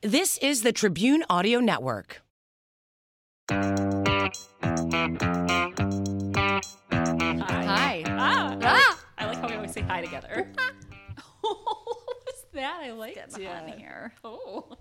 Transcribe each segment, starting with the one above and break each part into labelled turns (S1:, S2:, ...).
S1: This is the Tribune Audio Network.
S2: Hi.
S3: Ah,
S2: Ah!
S3: I like how we always say hi together. what was that? I liked
S2: Get behind
S3: it.
S2: here.
S3: Oh.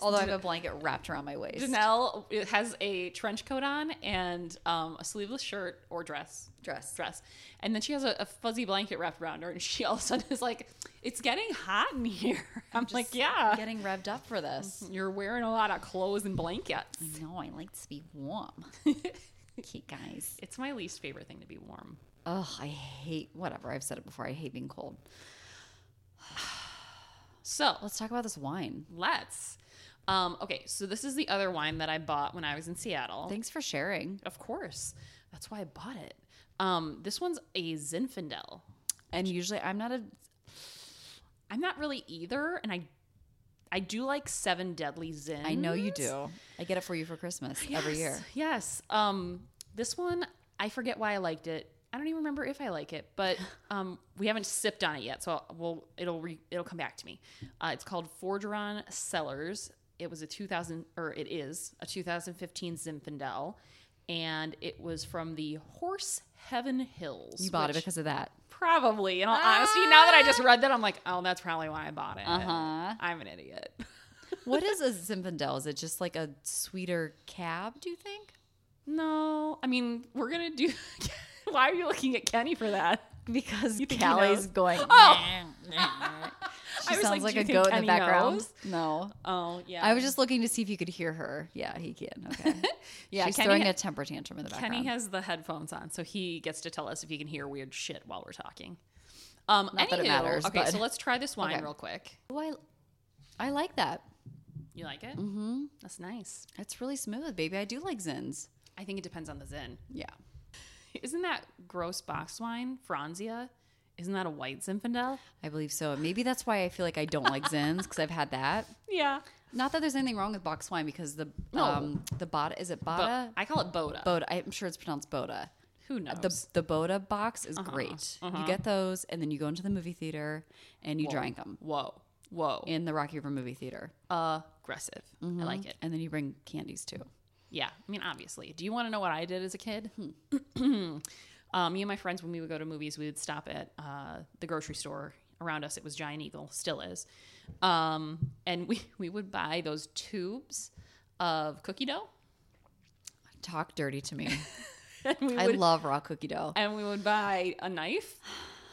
S2: Although I have a blanket wrapped around my waist.
S3: Janelle it has a trench coat on and um, a sleeveless shirt or dress.
S2: Dress.
S3: Dress. And then she has a, a fuzzy blanket wrapped around her, and she all of a sudden is like, It's getting hot in here. I'm,
S2: Just
S3: like, Yeah.
S2: Getting revved up for this.
S3: You're wearing a lot of clothes and blankets.
S2: No, I like to be warm. Cute guys.
S3: It's my least favorite thing to be warm.
S2: Ugh, I hate whatever. I've said it before. I hate being cold.
S3: So
S2: Let's talk about this wine.
S3: let's. Um, okay, so this is the other wine that I bought when I was in Seattle.
S2: Thanks for sharing.
S3: Of course. That's why I bought it. Um, this one's a Zinfandel.
S2: And usually I'm not a
S3: I'm not really either, and I I do like Seven Deadly Zins.
S2: I know you do. I get it for you for Christmas every year.
S3: Yes. Um, this one, I forget why I liked it. I don't even remember if I like it, but um, we haven't sipped on it yet, so we'll it'll re, it'll come back to me. Uh, it's called Forgeron Cellars. It was a 2000 or it is a 2015 Zinfandel, and it was from the Horse Heaven Hills.
S2: You bought
S3: which-
S2: it because of that.
S3: Probably. In all
S2: Ah.
S3: honesty, now that I just read that, I'm like, oh, that's probably why I bought it.
S2: Uh-huh.
S3: I'm an idiot.
S2: What is a Zinfandel? Is it just like a sweeter cab, do you think?
S3: No, I mean, we're gonna do. why are you looking at Kenny for that?
S2: Because
S3: You think he
S2: Callie's
S3: knows?
S2: going.
S3: Oh.
S2: She
S3: I was
S2: sounds
S3: like,
S2: like,
S3: "Do
S2: a
S3: you think
S2: goat
S3: Kenny
S2: in the background.
S3: knows?
S2: No.
S3: Oh yeah,
S2: I was just looking to see if you could hear her. Yeah, he can. Okay.
S3: yeah.
S2: She's
S3: Kenny,
S2: throwing
S3: ha-
S2: a temper tantrum in the background.
S3: Kenny has the headphones on, so he gets to tell us if he can hear weird shit while we're talking. Um,
S2: Not that it
S3: anywho,
S2: matters,
S3: Okay,
S2: but-
S3: so let's try this wine
S2: Okay.
S3: real quick.
S2: Ooh, I, I like that.
S3: You like it? Mm-hmm. That's nice.
S2: It's really smooth, baby. I do like Zins.
S3: I think it depends on the zin.
S2: Yeah.
S3: Isn't that gross box wine, Franzia? Isn't that a white Zinfandel?
S2: I believe so. Maybe that's why I feel like I don't like Zins because I've had that.
S3: Yeah.
S2: Not that there's anything wrong with box wine because the
S3: No.
S2: um the Bada is it
S3: Bo-
S2: Bada?
S3: I call it Boda.
S2: Boda. I'm sure it's pronounced Boda.
S3: Who knows?
S2: The the Boda box
S3: Uh-huh.
S2: is great. You get those and then you go into the movie theater and you drink 'em drink them
S3: whoa, whoa,
S2: in the Rocky River movie theater.
S3: Uh. aggressive.
S2: Mm-hmm.
S3: I like it.
S2: And then you bring candies too.
S3: Yeah, I mean, obviously. Do you want to know what I did as a kid?
S2: Hmm.
S3: um, me and my friends, when we would go to movies, we would stop at uh, the grocery store around us. It was Giant Eagle, still is, um, and we we would buy those tubes of cookie dough,
S2: Talk dirty to me.
S3: and we would
S2: I love raw cookie dough.
S3: and we would buy a knife,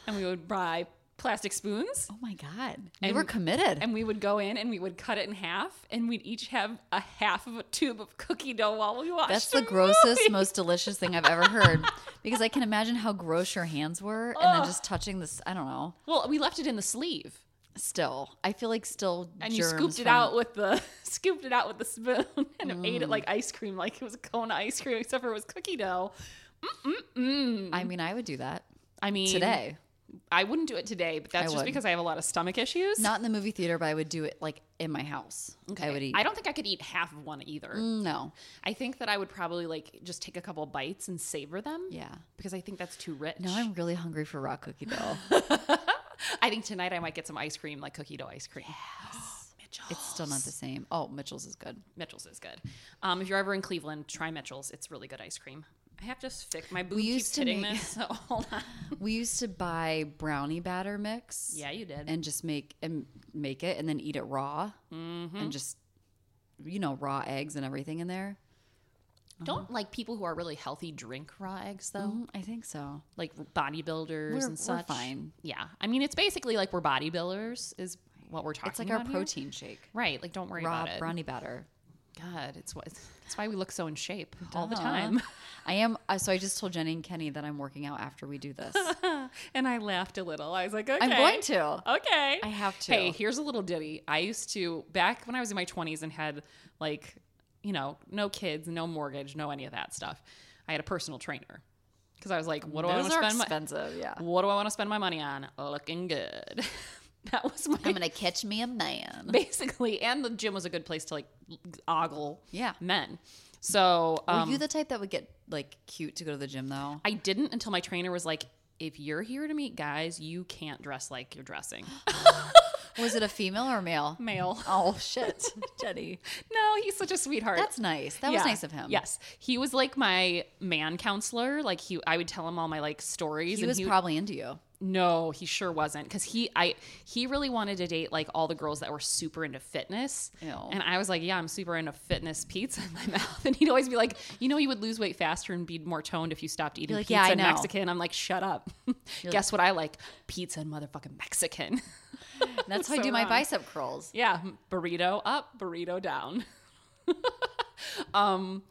S3: and we would buy plastic spoons.
S2: Oh my god,
S3: And-
S2: we were committed.
S3: and we would go in and we would cut it in half and we'd each have a half of a tube of cookie dough while we watched
S2: That's the
S3: a
S2: grossest,
S3: movie.
S2: most delicious thing I've ever heard. Because I can imagine how gross your hands were, and then just touching this. I don't know.
S3: well we left it in the sleeve
S2: Still, I feel like still.
S3: and you
S2: germs
S3: scooped it
S2: from-
S3: out with the scooped it out with the spoon and ate it
S2: Mm.
S3: like ice cream like it was a cone of ice cream except for it was cookie dough
S2: I mean, I would do that
S3: i mean
S2: today.
S3: i wouldn't do it today but that's
S2: I
S3: just
S2: would.
S3: because i have a lot of stomach issues
S2: Not in the movie theater, but I would do it like in my house. I would eat. Mm.
S3: i don't think i could eat half of one either
S2: No.
S3: i think that i would probably like just take a couple bites and savor them
S2: Yeah.
S3: because i think that's too rich
S2: Now I'm really hungry for raw cookie dough.
S3: i think tonight i might get some ice cream like cookie dough ice cream Mitchell.
S2: it's still not the same. Oh, Mitchell's is good.
S3: Mitchell's is good. Um, if you're ever in Cleveland, try Mitchell's. It's really good ice cream. I have to fix my boob keeps
S2: used to
S3: hitting
S2: make-
S3: this. So hold on.
S2: We used to buy brownie batter mix.
S3: Yeah, you did.
S2: and just make and make it and then eat it raw
S3: Mm-hmm.
S2: and just you know raw eggs and everything in there uh-huh.
S3: Don't like people who are really healthy drink raw eggs though,
S2: Mm, i think so
S3: like bodybuilders
S2: We're- we're
S3: and such.
S2: fine.
S3: Yeah, I mean it's basically like we're bodybuilders is what we're talking.
S2: it's like our
S3: about here.
S2: protein shake
S3: right? Like don't worry
S2: raw
S3: about it.
S2: brownie batter
S3: God, it's what. That's why we look so in shape all the time.
S2: i am uh, so i just told jenny and kenny that i'm working out after we do this
S3: And I laughed a little. I was like, okay,
S2: i'm going to
S3: Okay.
S2: I have to.
S3: Hey, here's a little ditty. I used to, back when I was in my 20s and had like, you know, no kids, no mortgage, no any of that stuff, I had a personal trainer. Because I was like, what do I want
S2: those
S3: to
S2: are
S3: spend my
S2: expensive yeah
S3: what do I want to spend my money on? Looking good. that was my
S2: i'm gonna catch me a man
S3: basically, and the gym was a good place to like ogle
S2: Yeah.
S3: men. So um,
S2: were you the type that would get like cute to go to the gym though
S3: I didn't until my trainer was like, if you're here to meet guys, you can't dress like you're dressing.
S2: Was it a female or male?
S3: Male.
S2: Oh shit, Jenny.
S3: No, he's such a sweetheart.
S2: That's nice. That was
S3: Yeah.
S2: nice of him.
S3: Yes, he was like my man counselor. Like he, I would tell him all my like stories.
S2: He
S3: and
S2: was
S3: he,
S2: probably into you.
S3: no, he sure wasn't because he, I, he really wanted to date like all the girls that were super into fitness.
S2: Ew.
S3: And I was like, yeah, I'm super into fitness pizza in my mouth. And he'd always be like, you know, you would lose weight faster and be more toned if you stopped eating
S2: like,
S3: pizza
S2: yeah, I
S3: and
S2: know.
S3: Mexican. I'm like, shut up. Guess what I like? Pizza and motherfucking Mexican.
S2: And that's how I
S3: So
S2: do my
S3: wrong.
S2: bicep curls.
S3: Yeah, m- burrito up, burrito down. um,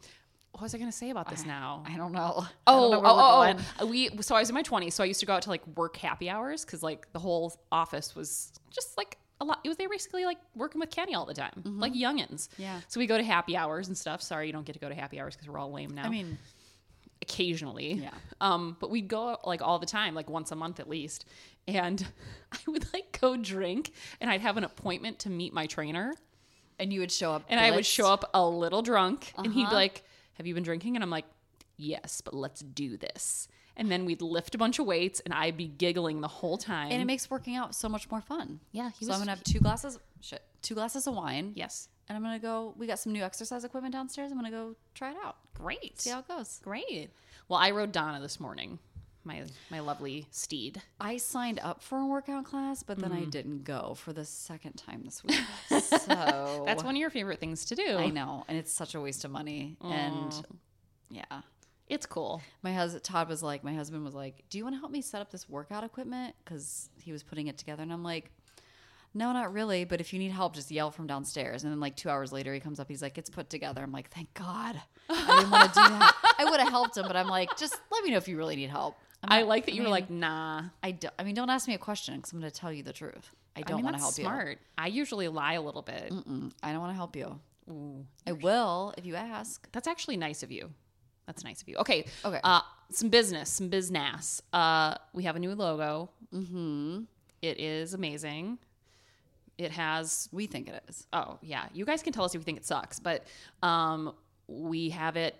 S3: what was I gonna say about this now?
S2: I don't know. I don't
S3: Oh,
S2: know
S3: oh,
S2: where we're
S3: oh,
S2: going.
S3: oh. we. So I was in my twenties, so I used to go out to like work happy hours because like the whole office was just like a lot. It was they were basically like working with Kenny all the time, like youngins.
S2: Mm-hmm. Yeah.
S3: So we go to happy hours and stuff. Sorry, you don't get to go to happy hours because we're all lame now.
S2: I mean,
S3: occasionally.
S2: Yeah.
S3: Um, but we'd go out, like all the time, like once a month at least, and I would like go drink, and I'd have an appointment to meet my trainer.
S2: and you would show up,
S3: And I would
S2: blitzed.
S3: show up a little drunk, and he'd be like, "Have you been drinking?" And I'm like, "Yes, but let's do this." And then we'd lift a bunch of weights, and I'd be giggling the whole time.
S2: and it makes working out so much more fun.
S3: Yeah, he
S2: so
S3: was-
S2: I'm gonna have two glasses, shit, two glasses of wine.
S3: yes,
S2: and I'm gonna go. We got some new exercise equipment downstairs. I'm gonna go try it out.
S3: great,
S2: See how it goes.
S3: great. Well, I rode Donna this morning, my my lovely steed.
S2: I signed up for a workout class, but then I didn't go for the second time this week. so
S3: That's one of your favorite things to do.
S2: I know, and it's such a waste of money. And yeah,
S3: It's cool.
S2: my husband Todd was like, my husband was like, "Do you want to help me set up this workout equipment?" Because he was putting it together, and I'm like. No, not really. But if you need help, just yell from downstairs. And then, like two hours later, he comes up. He's like, "It's put together." I'm like, "Thank God." I didn't want to do that. I would have helped him, but I'm like, just let me know if you really need help. I'm
S3: I
S2: not-
S3: like that you were
S2: mean,
S3: like, nah.
S2: I, do, I mean, don't ask me a question because I'm going to tell you the truth. I don't want to help
S3: smart. I usually lie a little bit.
S2: you. Mm, I don't want to help you. I will if you ask.
S3: That's actually nice of you. That's nice of you. Okay.
S2: Okay.
S3: Uh, some business, some business. Uh, we have a new logo. Mm-hmm. is amazing. It has
S2: We think it is.
S3: oh yeah you guys can tell us if you think it sucks but um we have it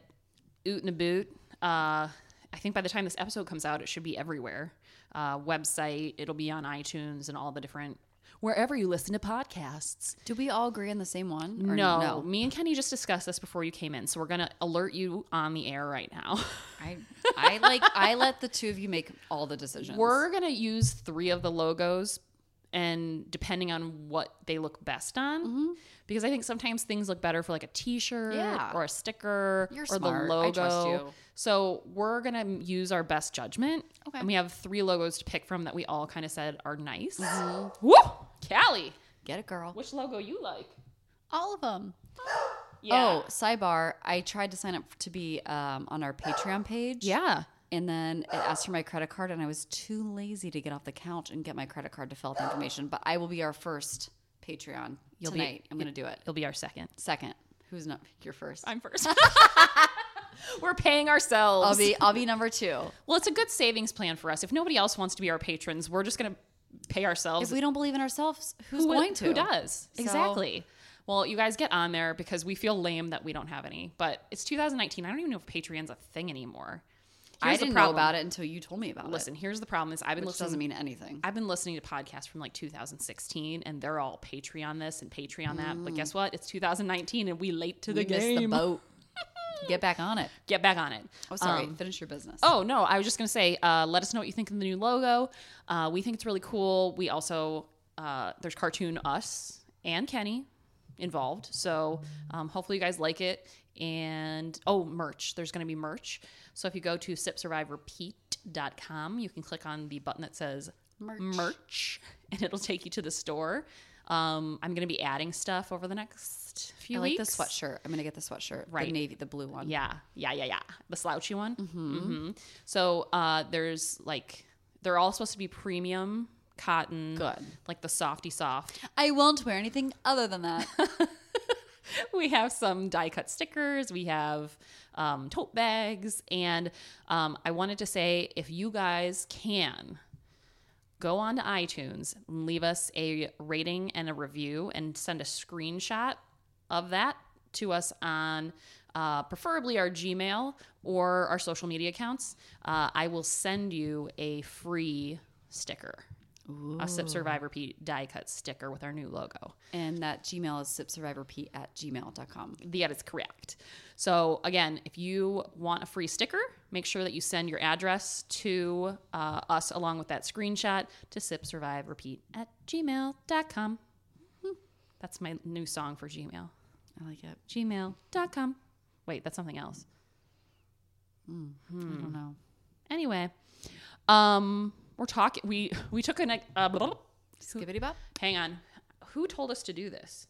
S3: oot and a boot uh i think by the time this episode comes out it should be everywhere uh website it'll be on itunes and all the different wherever you listen to podcasts
S2: Do we all agree on the same one? Or
S3: no,
S2: no.
S3: me and kenny just discussed this before you came in so we're gonna alert you on the air right now
S2: I, I like. I let the two of you make all the decisions.
S3: We're gonna use three of the logos, and depending on what they look best on, because I think sometimes things look better for like a T-shirt
S2: Mm-hmm. Yeah.
S3: or a sticker
S2: You're
S3: or
S2: smart.
S3: the
S2: I
S3: logo.
S2: trust you.
S3: So we're gonna m- use our best judgment,
S2: Okay.
S3: and we have three logos to pick from that we all kind of said are nice.
S2: Mm-hmm.
S3: Woo, Callie,
S2: get it, girl.
S3: which logo you like?
S2: Oh, All of them.
S3: Yeah.
S2: Oh, sidebar. I tried to sign up to be um, on our Patreon page.
S3: yeah.
S2: And then it asked for my credit card, and I was too lazy to get off the couch and get my credit card to fill out the information. But I will be our first Patreon
S3: be-
S2: tonight. I'm going to do it.
S3: It'll be our second.
S2: Second, who's not your first?
S3: I'm first. We're paying ourselves.
S2: I'll be I'll be number two.
S3: Well, it's a good savings plan for us. If nobody else wants to be our patrons, we're just going to pay
S2: If
S3: ourselves.
S2: we don't believe in ourselves, who's
S3: who, would-
S2: going to?
S3: Who does?
S2: So-
S3: Exactly. Well, you guys get on there because we feel lame that we don't have any. But it's 2019. I don't even know if Patreon's a thing anymore.
S2: I
S3: Here's the
S2: didn't know
S3: problem.
S2: about it until you told me about
S3: Listen, here's the problem: is I've
S2: it,
S3: been
S2: which doesn't
S3: listening.
S2: mean anything.
S3: I've been listening to podcasts from like 2016, and they're all Patreon this and Patreon that. But guess what? It's 2019, and we late to the
S2: Mm. We missed the
S3: game.
S2: boat. Get back on it.
S3: Get back on it.
S2: Oh, sorry. Finish your business.
S3: Oh no, I was just gonna say, uh, let us know what you think of the new logo. Uh, we think it's really cool. We also uh, there's cartoon us and Kenny involved, so um, hopefully you guys like it. And oh, merch. There's gonna be merch. So if you go to sipsurvivorpeat.com, you can click on the button that says
S2: Merch.
S3: merch, and it'll take you to the store. Um, I'm gonna be adding stuff over the next
S2: I
S3: few
S2: like the
S3: weeks.
S2: sweatshirt. I'm gonna get the sweatshirt.
S3: Right.
S2: The navy, the blue one.
S3: Yeah, yeah, yeah, yeah. The slouchy one. Mm-hmm. So uh, there's like they're all supposed to be premium cotton,
S2: Good.
S3: like the softy soft.
S2: I won't wear anything other than that.
S3: we have some die cut stickers. We have um, tote bags, and um, I wanted to say if you guys can. Go on to iTunes, and leave us a rating and a review, and send a screenshot of that to us on uh, preferably our Gmail or our social media accounts, uh, I will send you a free sticker. a Sip Survivor P die cut sticker with our new logo.
S2: And that Gmail is sipsurvivorp at gmail.com.
S3: That is correct. So, again, if you want a free sticker, make sure that you send your address to uh, us along with that screenshot to sipsurviverepeat at gmail.com. Hmm. That's my new song for Gmail.
S2: I like it.
S3: Gmail.com. Wait, that's something else.
S2: I
S3: Hmm.
S2: don't know.
S3: Anyway, um, we're talking. We we took an uh, blah, blah, blah.
S2: Skibbity bop.
S3: hang on. Who told us to do this?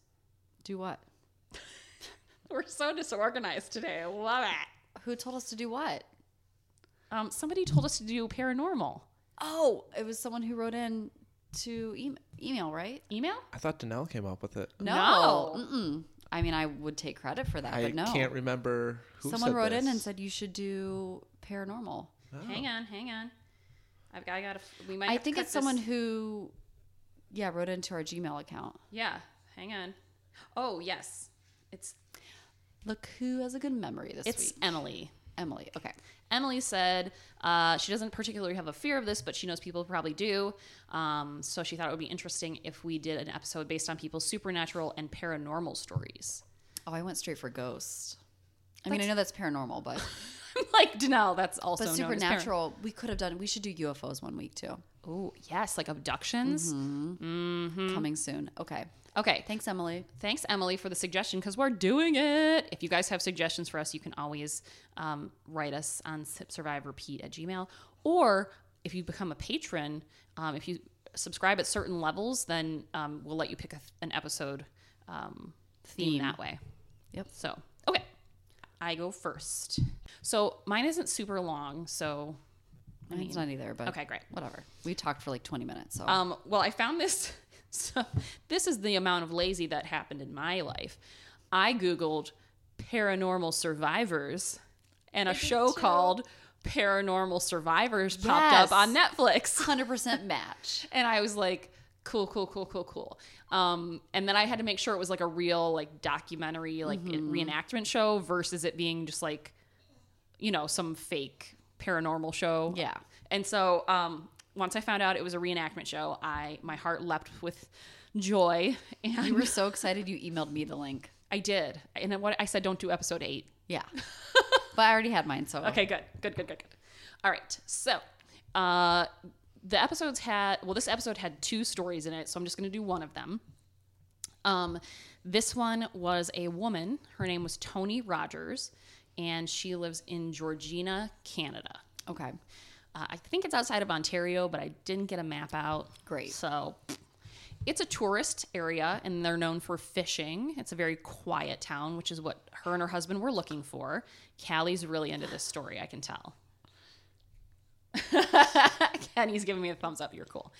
S2: Do what?
S3: We're so disorganized today. I love it.
S2: Who told us to do what?
S3: Um, somebody told us to do paranormal
S2: Oh, it was someone who wrote in to em email, right?
S3: email.
S4: I thought Danelle came up with it.
S3: No.
S2: Mm-mm. I mean, I would take credit for that,
S4: I
S2: but no.
S4: can't remember who
S2: someone
S4: said
S2: wrote in
S4: this.
S2: and said you should do paranormal.
S3: Hang on, hang on. I've got. Oh. I got. We might.
S2: I
S3: have to
S2: think
S3: cut
S2: it's someone
S3: this.
S2: who, yeah, wrote into our Gmail account.
S3: Yeah. Hang on. Oh yes, it's
S2: Look who has a good memory this
S3: it's
S2: week.
S3: Emily.
S2: Emily. Okay.
S3: Emily said uh, she doesn't particularly have a fear of this, but she knows people probably do. Um, so she thought it would be interesting if we did an episode based on people's supernatural and paranormal stories.
S2: Oh, I went straight for ghost. I mean, I know that's paranormal, but
S3: like Danelle, that's also
S2: but
S3: known as paranormal.
S2: supernatural. We could have done. We should do UFOs one week too.
S3: Oh yes, like abductions.
S2: Mm-hmm. Coming soon. Okay.
S3: Okay,
S2: Thanks, Emily.
S3: thanks Emily for the suggestion because we're doing it. If you guys have suggestions for us, you can always um, write us on sipsurviverepeat at gmail. Or if you become a patron, um, if you subscribe at certain levels, then um, we'll let you pick a, an episode um, theme, that way.
S2: Yep.
S3: So, okay, I go first. So mine isn't super long, so
S2: it's not either, but
S3: okay, great.
S2: Whatever. We talked for like 20 minutes. So
S3: Um, well, I found this. So this is the amount of lazy that happened in my life. I Googled paranormal survivors, and a show called Paranormal Survivors popped up
S2: Yes.
S3: on Netflix.
S2: 100% match.
S3: And I was like, cool, cool, cool, cool, cool. Um, and then I had to make sure it was like a real like documentary, like
S2: Mm-hmm.
S3: reenactment show versus it being just like, you know, some fake paranormal show.
S2: Yeah.
S3: And so um, once I found out it was a reenactment show, I my heart leapt with joy,
S2: You
S3: and
S2: were so excited you emailed me the link.
S3: I did. And then what I said, don't do episode eight.
S2: Yeah. but I already had mine, so
S3: Okay, good, good, good, good, good. All right, so uh, the episodes had well, this episode had two stories in it, so I'm just going to do one of them. Um, this one was a woman. Her name was Tony Rogers, and she lives in Georgina, Canada.
S2: Okay.
S3: Uh, I think it's outside of Ontario, but I didn't get a map out.
S2: Great.
S3: So it's a tourist area, and they're known for fishing. It's a very quiet town, which is what her and her husband were looking for. Callie's really into this story, I can tell. Kenny's giving me a thumbs up. You're cool.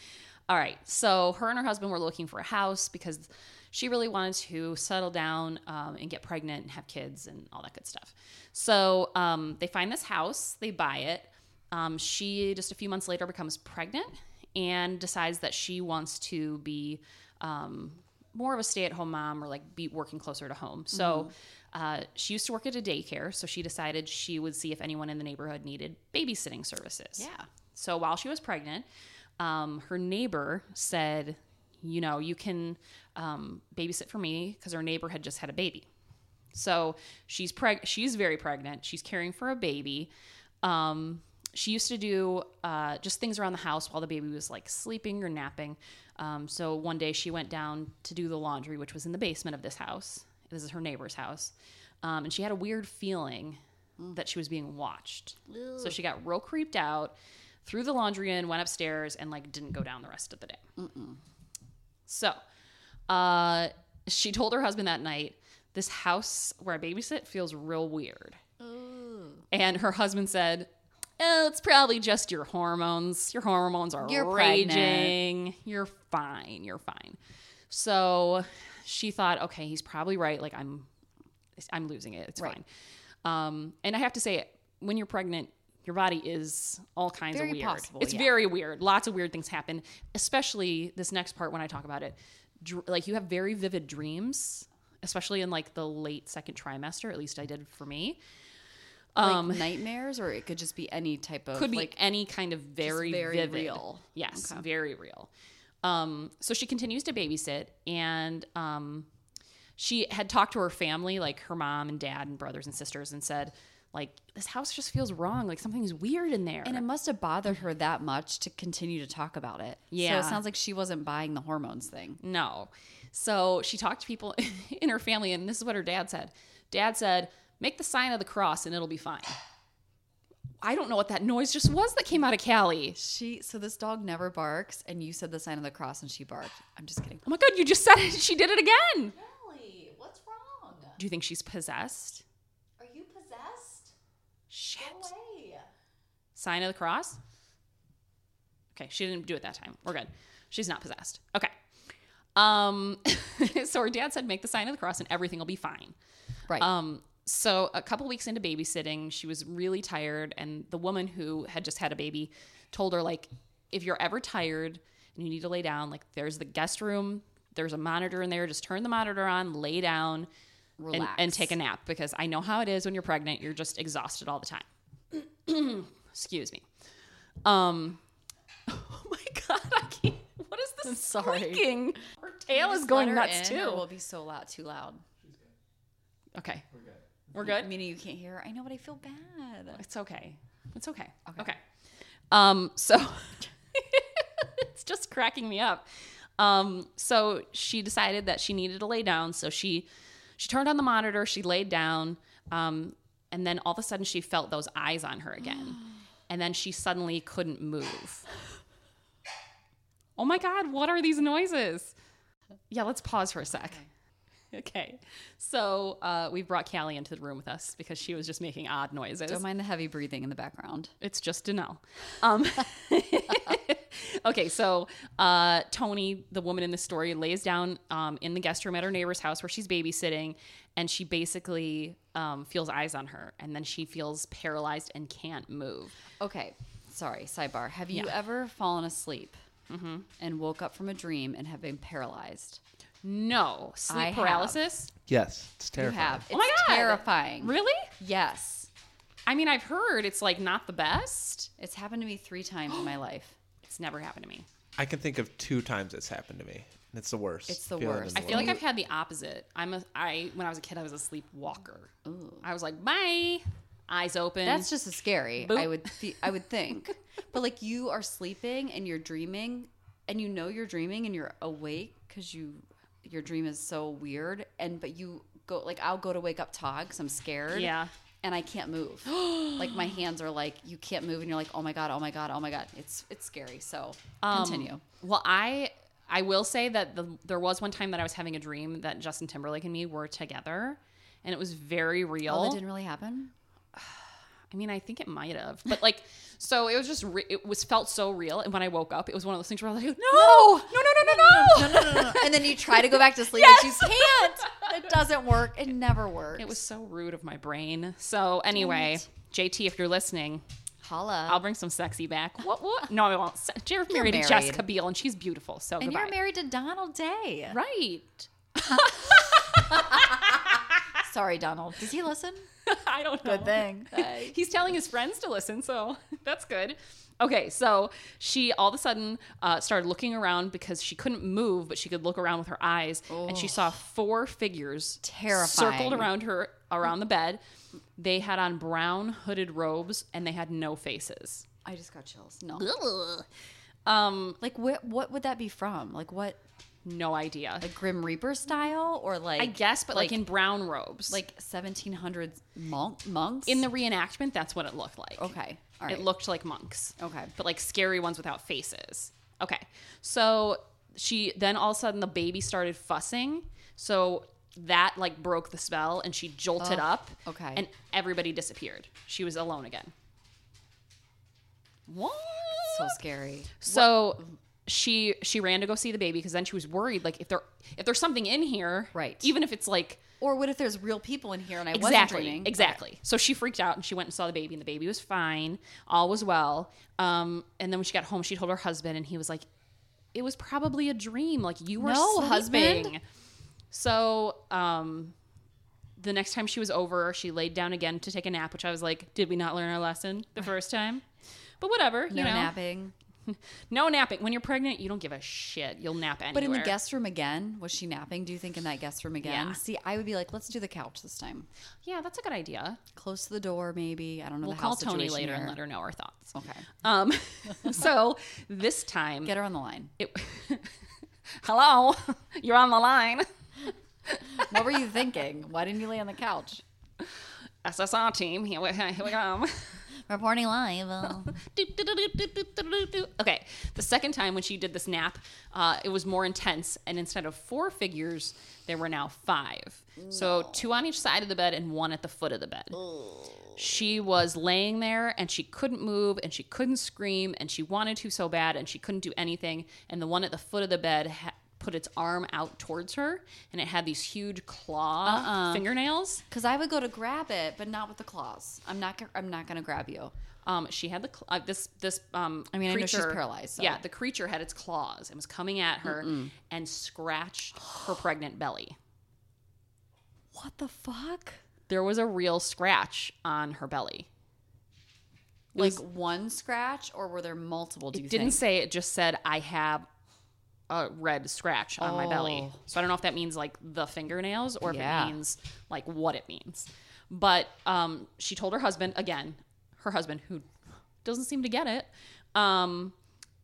S3: All right. So her and her husband were looking for a house because she really wanted to settle down um, and get pregnant and have kids and all that good stuff. So um, they find this house, they buy it. Um, she just a few months later becomes pregnant and decides that she wants to be um, more of a stay-at-home mom or like be working closer to home. So uh, she used to work at a daycare, so she decided she would see if anyone in the neighborhood needed babysitting services.
S2: Yeah.
S3: So while she was pregnant, um, her neighbor said, "You know, you can um, babysit for me because her neighbor had just had a baby." So she's preg- she's very pregnant. She's caring for a baby. Um, she used to do uh, just things around the house while the baby was like sleeping or napping. Um, so one day she went down to do the laundry, which was in the basement of this house. This is her neighbor's house, um, and she had a weird feeling that she was being watched. So she got real creeped out, threw the laundry in, went upstairs, and like didn't go down the rest of the day. So, uh, she told her husband that night, "This house where I babysit feels real weird." And her husband said, "Oh, it's probably just your hormones. Your hormones are
S2: You're
S3: raging.
S2: pregnant.
S3: You're fine. You're fine." So, she thought, "Okay, he's probably right. Like I'm, I'm losing it. It's
S2: Right.
S3: fine." Um, and I have to say, when you're pregnant. Your body is all kinds
S2: Very
S3: of weird.
S2: possible,
S3: it's
S2: yeah.
S3: very weird. Lots of weird things happen, especially this next part when I talk about it. Dr- like you have very vivid dreams, especially in like the late second trimester. At least I did for me.
S2: Um, nightmares, or it could just be any type of
S3: could be
S2: like
S3: any kind of very
S2: very
S3: vivid.
S2: real.
S3: Yes, very real. Um, so she continues to babysit, and um, she had talked to her family, like her mom and dad and brothers and sisters, and said, like, this house just feels wrong. Like something's weird in there.
S2: And it must have bothered her that much to continue to talk about it.
S3: Yeah.
S2: So it sounds like she wasn't buying the hormones thing.
S3: No. So she talked to people in her family, and this is what her dad said. Dad said, Make the sign of the cross and it'll be fine. I don't know what that noise just was that came out of Callie.
S2: She so this dog never barks, and you said the sign of the cross, and she barked. I'm just kidding.
S3: Oh my God, you just said it. She did it again.
S2: Ellie, what's wrong?
S3: Do you think she's possessed?
S2: Are you possessed?
S3: Shit.
S2: Way.
S3: Sign of the cross? Okay, she didn't do it that time. We're good. She's not possessed. Okay. Um, so her dad said, Make the sign of the cross and everything will be fine.
S2: Right.
S3: Um, so a couple weeks into babysitting, she was really tired, and the woman who had just had a baby told her like, if you're ever tired and you need to lay down, like there's the guest room, there's a monitor in there, just turn the monitor on, lay down, and-
S2: Relax.
S3: and take a nap because I know how it is when you're pregnant, you're just exhausted all the time. Excuse me. Um. Oh my god, I can't. What is this? I'm
S2: sorry.
S3: Her tail is going nuts too.
S2: Will be so loud, too loud.
S3: Okay. We're good.
S2: Meaning you can't hear. her? I know, but I feel bad.
S3: It's okay. It's okay. Okay. Um, so it's just cracking me up. Um, so she decided that she needed to lay down. So she she turned on the monitor. She laid down, um, and then all of a sudden she felt those eyes on her again, and then she suddenly couldn't move. Oh my God! What are these noises? Yeah, let's pause for a sec. Okay. So uh, we brought Callie into the room with us because she was just making odd noises.
S2: Don't mind the heavy breathing in the background.
S3: It's just Danelle. Um, okay, so uh, Tony, the woman in the story, lays down um, in the guest room at her neighbor's house where she's babysitting, and she basically um, feels eyes on her, and then she feels paralyzed and can't move.
S2: Okay, sorry, sidebar. Have you ever fallen asleep and woke up from a dream and have been paralyzed?
S3: No
S2: I
S3: sleep
S2: have.
S3: paralysis.
S4: Yes, it's
S2: You
S4: terrifying.
S2: have. It's
S3: Oh my God.
S2: terrifying.
S3: Really?
S2: Yes.
S3: I mean, I've heard it's like not the best.
S2: It's happened to me three times in my life.
S3: It's never happened to me.
S4: I can think of two times it's happened to me, and it's the worst.
S2: It's the
S4: feeling in
S2: worst.
S4: the
S3: I feel like
S4: world.
S3: I've had the opposite. I'm a I when I was a kid I was a sleepwalker. I was like bye, eyes open.
S2: That's just as scary. I
S3: Boop.
S2: would th- I would think. but like you are sleeping and you're dreaming and you know you're dreaming and you're awake cuz you your dream is so weird and but you go like I'll go to wake up Todd cuz I'm scared.
S3: Yeah.
S2: And I can't move. like my hands are like you can't move and you're like oh my god, oh my god, oh my god. It's it's scary. So
S3: Um,
S2: continue.
S3: Well, I I will say that the, there was one time that I was having a dream that Justin Timberlake and me were together, and it was very real.
S2: Oh, that didn't really happen.
S3: I mean, I think it might have, but like, so it was just re- it was felt so real. And when I woke up, it was one of those things where I was like, no, no, no, no, no, no.
S2: and then you try to go back to sleep and you can't. It doesn't work. It never works.
S3: It was so rude of my brain. So anyway, JT, if you're listening,
S2: holla.
S3: I'll bring some sexy back. What? What? No, I won't. You're married,
S2: married.
S3: to Jessica Biel, and she's beautiful. So
S2: and
S3: goodbye.
S2: you're married to Donald Day.
S3: right?
S2: Sorry, Donald. Does he listen?
S3: I don't know.
S2: thing.
S3: He's telling his friends to listen, so that's good. Okay, so she all of a sudden uh, started looking around because she couldn't move, but she could look around with her eyes, and she saw four figures
S2: Terrifying.
S3: circled around her around the bed. They had on brown hooded robes, and they had no faces.
S2: I just got chills. No.
S3: Um,
S2: Like, what, what would that be from? Like, what?
S3: no idea.
S2: Like Grim Reaper style? Or like.
S3: I guess, but like, in brown robes,
S2: Like 1700s monk, monks?
S3: in the reenactment, that's what it looked like.
S2: Okay. All right.
S3: It looked like monks.
S2: Okay.
S3: But like scary ones without faces. Okay. So she then all of a sudden the baby started fussing. So that like broke the spell and she jolted up.
S2: okay.
S3: And everybody disappeared. She was alone again. What?
S2: so scary.
S3: So she she ran to go see the baby because then she was worried like if there if there's something in here,
S2: Right.
S3: Even if it's like
S2: Or what if there's real people in here and I wasn't
S3: exactly
S2: dreaming?
S3: exactly so she freaked out and she went and saw the baby and the baby was fine all was well um, and then when she got home she told her husband and he was like it was probably a dream like you were
S2: No,
S3: sleeping.
S2: husband.
S3: so um the next time she was over, she laid down again to take a nap, which I was like, did we not learn our lesson the first time? But whatever, you
S2: No
S3: know,
S2: napping.
S3: no napping. When you're pregnant, you don't give a shit. You'll nap anywhere.
S2: But in the guest room again, was she napping? Do you think in that guest room again?
S3: Yeah.
S2: See, I would be like, let's do the couch this time.
S3: yeah, that's a good idea.
S2: Close to the door, maybe. I don't know
S3: We'll
S2: the
S3: call
S2: house
S3: Tony
S2: situation
S3: later and
S2: here.
S3: let her know our thoughts.
S2: Okay.
S3: Um, so this time,
S2: Get her on the line.
S3: it, hello, you're on the line.
S2: What were you thinking? Why didn't you lay on the couch?
S3: SSR team, here we, here we come.
S2: Reporting live. uh,
S3: Do, do, do, do, do, do, do, do. Okay, the second time when she did this nap, uh, it was more intense, and instead of four figures, there were now five. So two on each side of the bed and one at the foot of the bed. She was laying there and she couldn't move and she couldn't scream and she wanted to so bad and she couldn't do anything. And the one at the foot of the bed ha- put its arm out towards her and it had these huge claw
S2: Uh-uh.
S3: fingernails.
S2: Cause I would go to grab it, but not with the claws. I'm not. g- I'm not gonna grab you.
S3: Um, she had the cl- uh, this this um.
S2: I mean, I know she's
S3: creature,
S2: paralyzed, so-
S3: Yeah, the creature had its claws and was coming at her and scratched her pregnant belly.
S2: What the fuck?
S3: There was a real scratch on her belly.
S2: Like one scratch, or were there multiple? Do you
S3: Didn't
S2: think?
S3: say it. Just said I have a red scratch on my belly. So I don't know if that means like the fingernails or if
S2: Oh. Yeah.
S3: it means like what it means. But um, she told her husband again. Her husband who doesn't seem to get it. Um,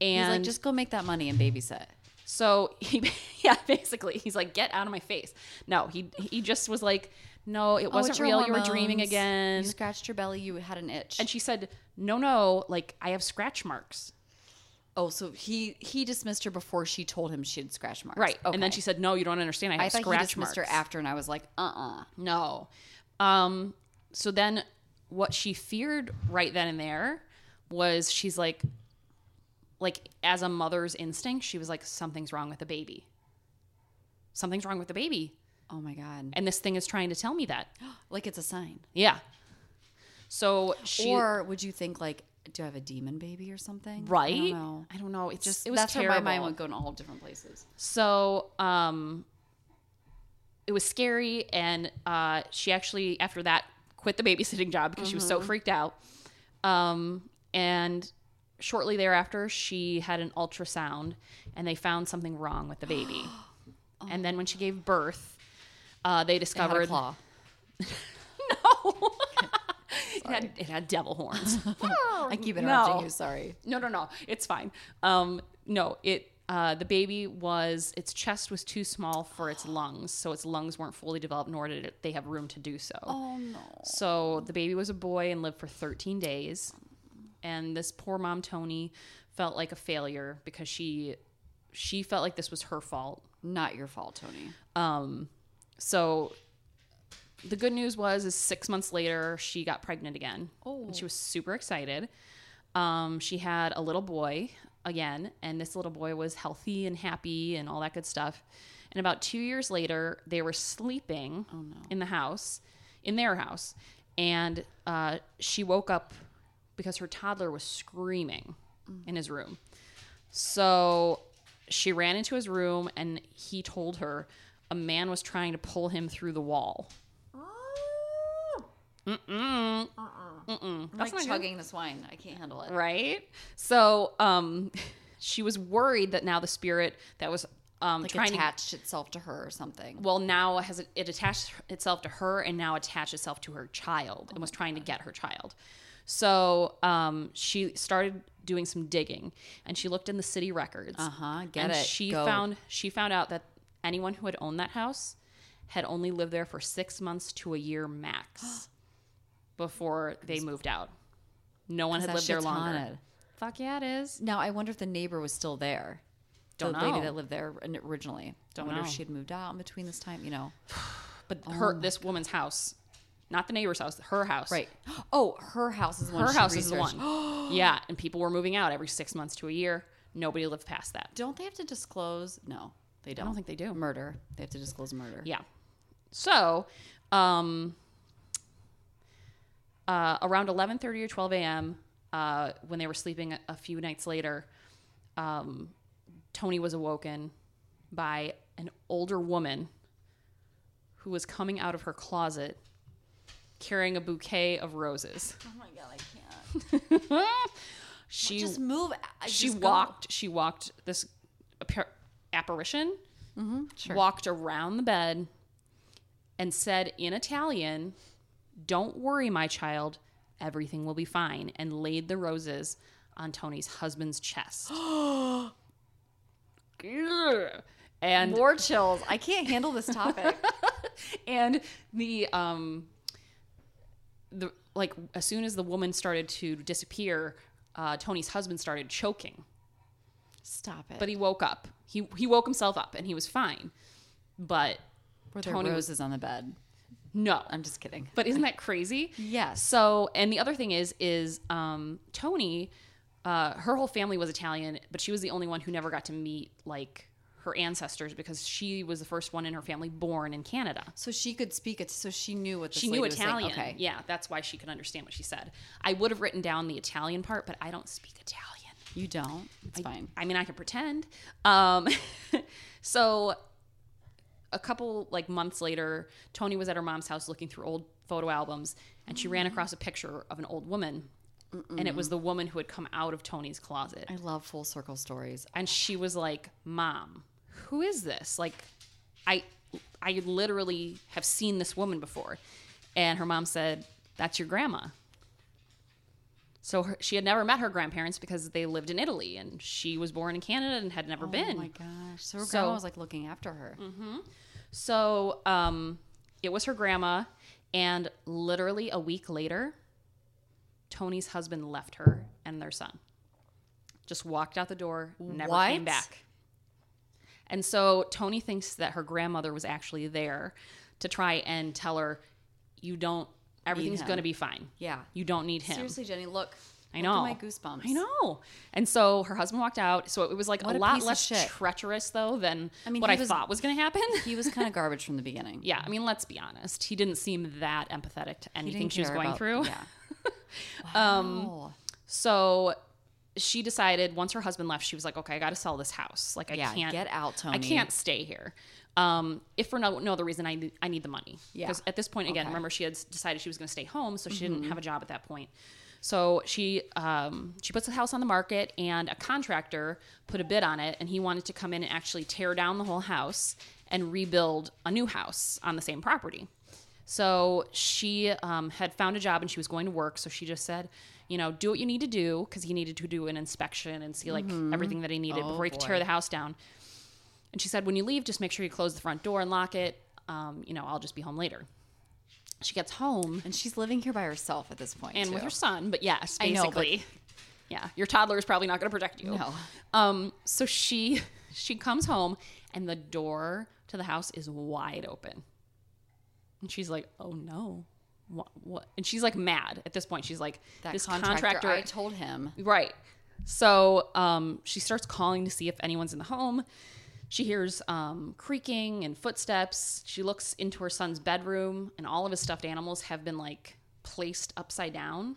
S2: He's
S3: and
S2: like, just go make that money and babysit.
S3: So he, yeah, basically, he's like, "Get out of my face!" No, he he just was like, "No,
S2: Oh,
S3: it wasn't real. You were dreaming again."
S2: You scratched your belly. You had an itch.
S3: And she said, "No, no, like I have scratch marks."
S2: oh, so he he dismissed her before she told him she had scratch marks.
S3: Okay. And then she said, "No, you don't understand. I have
S2: I thought he
S3: scratch
S2: dismissed
S3: marks."
S2: her after, and I was like, uh, uh
S3: no. Um. So then, what she feared right then and there was she's like, like as a mother's instinct, she was like, "Something's wrong with the baby. Something's wrong with the baby."
S2: Oh my god.
S3: And this thing is trying to tell me that.
S2: like it's a sign.
S3: Yeah. So she
S2: or would you think like, do I have a demon baby or something?
S3: right.
S2: I don't know.
S3: I don't know. It's just it was
S2: That's
S3: terrible.
S2: where my mind would go in all different places.
S3: So um, it was scary, and uh, she actually after that quit the babysitting job because she was
S2: Mm-hmm.
S3: so freaked out. Um, and shortly thereafter, she had an ultrasound, and they found something wrong with the baby. and then when she gave birth, uh, they
S2: It Oh. had a
S3: discovered
S2: claw.
S3: no. it, had, it had devil horns.
S2: I keep interrupting
S3: No.
S2: you. Sorry.
S3: No, no, no. It's fine. Um, no, it. Uh, the baby was its chest was too small for its lungs, so its lungs weren't fully developed, nor did it, they have room to do so.
S2: Oh no.
S3: So the baby was a boy and lived for 13 days, and this poor mom Tony felt like a failure because she she felt like this was her fault
S2: Not your fault, Tony.
S3: so the good news was is six months later she got pregnant again
S2: Oh.
S3: and she was super excited um, she had a little boy again and this little boy was healthy and happy and all that good stuff and about two years later they were sleeping in the house in their house and uh, she woke up because her toddler was screaming in his room so she ran into his room and he told her a man was trying to pull him through the wall.
S2: I'm like chugging this wine. I can't handle it.
S3: Right? So um she was worried that now the spirit that was um
S2: Like
S3: trying to
S2: attached itself to her or something.
S3: well now has it, it attached itself to her and now attached itself to her child
S2: Oh.
S3: and was trying to get her child so um, she started doing some digging and she looked in the city records
S2: Uh-huh, get
S3: and
S2: it,
S3: she
S2: go.
S3: found she found out that anyone who had owned that house had only lived there for six months to a year max before they moved out no one had
S2: That
S3: lived there
S2: shit's
S3: longer
S2: haunted.
S3: fuck yeah it is
S2: Now I wonder if the neighbor was still there.
S3: Don't
S2: the lady
S3: know.
S2: that lived there in- originally.
S3: Don't
S2: I wonder
S3: know.
S2: if she had moved out in between this time. You know.
S3: but
S2: Oh
S3: her this woman's house not the neighbor's house her house
S2: Right. Oh, her house is the one.
S3: her
S2: she
S3: house is the
S2: researched.
S3: one. yeah, and people were moving out every six months to a year. Nobody lived past that.
S2: Don't they have to disclose? No, they don't.
S3: I don't think they do.
S2: murder. They have to disclose murder.
S3: Yeah. So, um, uh, around eleven thirty or twelve a.m., uh, when they were sleeping a, a few nights later, um, Tony was awoken by an older woman who was coming out of her closet carrying a bouquet of roses.
S2: Oh my god, I can't.
S3: She
S2: Just move. I
S3: she
S2: just go.
S3: walked she walked this appar- apparition
S2: Mm-hmm,
S3: walked around the bed and said in italian don't worry my child everything will be fine and laid the roses on tony's husband's chest Grr. and
S2: More chills. I can't handle this topic.
S3: and the um the like as soon as the woman started to disappear uh, tony's husband started choking
S2: Stop it.
S3: but he woke up. He he woke himself up and he was fine. But
S2: Were there
S3: Tony was-
S2: roses on the bed?
S3: no.
S2: I'm just kidding.
S3: But isn't that crazy?
S2: Yes.
S3: So and the other thing is is um Tony uh her whole family was Italian, but she was the only one who never got to meet like her ancestors because she was the first one in her family born in Canada.
S2: So she could speak it. So she knew what this
S3: She knew
S2: lady was saying.
S3: Italian.
S2: Okay.
S3: Yeah, that's why she could understand what she said. I would have written down the Italian part, but I don't speak Italian.
S2: You don't. It's fine.
S3: I mean, I can pretend. Um, so, a couple like months later, Tony was at her mom's house looking through old photo albums, and she ran across a picture of an old woman, and it was the woman who had come out of Tony's closet.
S2: I love full circle stories.
S3: And she was like, "Mom, who is this? Like, I, I literally have seen this woman before." And her mom said, "That's your grandma." So her, she had never met her grandparents because they lived in Italy, and she was born in Canada and had never been.
S2: Oh my gosh. So
S3: So-
S2: her
S3: Mm.
S2: grandma was like looking after her.
S3: So um, it was her grandma, and literally a week later, Tony's husband left her and their son. Just walked out the door, never came
S2: What?
S3: back. And so Tony thinks that her grandmother was actually there to try and tell her, "You don't. Everything's
S2: him.
S3: going to be fine.
S2: Yeah.
S3: You don't need him."
S2: Seriously, Jenny, look.
S3: I know.
S2: Look at my goosebumps.
S3: I know. And so her husband walked out. So it was like
S2: What
S3: a
S2: a
S3: lot
S2: piece of
S3: less
S2: shit.
S3: treacherous though than
S2: I mean,
S3: what
S2: he
S3: I
S2: was-
S3: thought was going to happen.
S2: He was kind of garbage from the beginning.
S3: Yeah, I mean, let's be honest. He didn't seem that empathetic to
S2: He
S3: anything
S2: didn't
S3: she was
S2: care
S3: going
S2: about-
S3: through. Um,
S2: Yeah. wow.
S3: So she decided once her husband left, she was like, "Okay, I got to sell this house. Like, I
S2: Yeah,
S3: can't
S2: get out,
S3: I
S2: Tony.
S3: can't stay here. Um, if for no, no other reason, I need, I need the money.
S2: Yeah.
S3: Because at this point, again,
S2: Okay. Mm-hmm.
S3: remember she had s- decided she was going to stay home, so she didn't have a job at that point. So she um, she puts the house on the market, and a contractor put a bid on it, and he wanted to come in and actually tear down the whole house and rebuild a new house on the same property. So she um, had found a job and she was going to work. So she just said, you know, do what you need to do because he needed to do an inspection and see like
S2: Mm-hmm.
S3: everything that he needed
S2: Oh,
S3: before he could tear the house down. And she said, when you leave, just make sure you close the front door and lock it. Um, you know, I'll just be home later. She gets home
S2: And she's living here by herself at this point.
S3: and with
S2: too.
S3: her son, but yes,
S2: I know,
S3: basically.
S2: but-
S3: Yeah, your toddler is probably not going to protect you.
S2: No.
S3: Um, so she she comes home and the door to the house is wide open. And she's like, "Oh no." What, what? And she's like mad at this point. She's like,
S2: that
S3: "This
S2: contractor,
S3: contractor
S2: I told him.
S3: Right. So um, she starts calling to see if anyone's in the home. She hears um, creaking and footsteps. She looks into her son's bedroom, and all of his stuffed animals have been like placed upside down,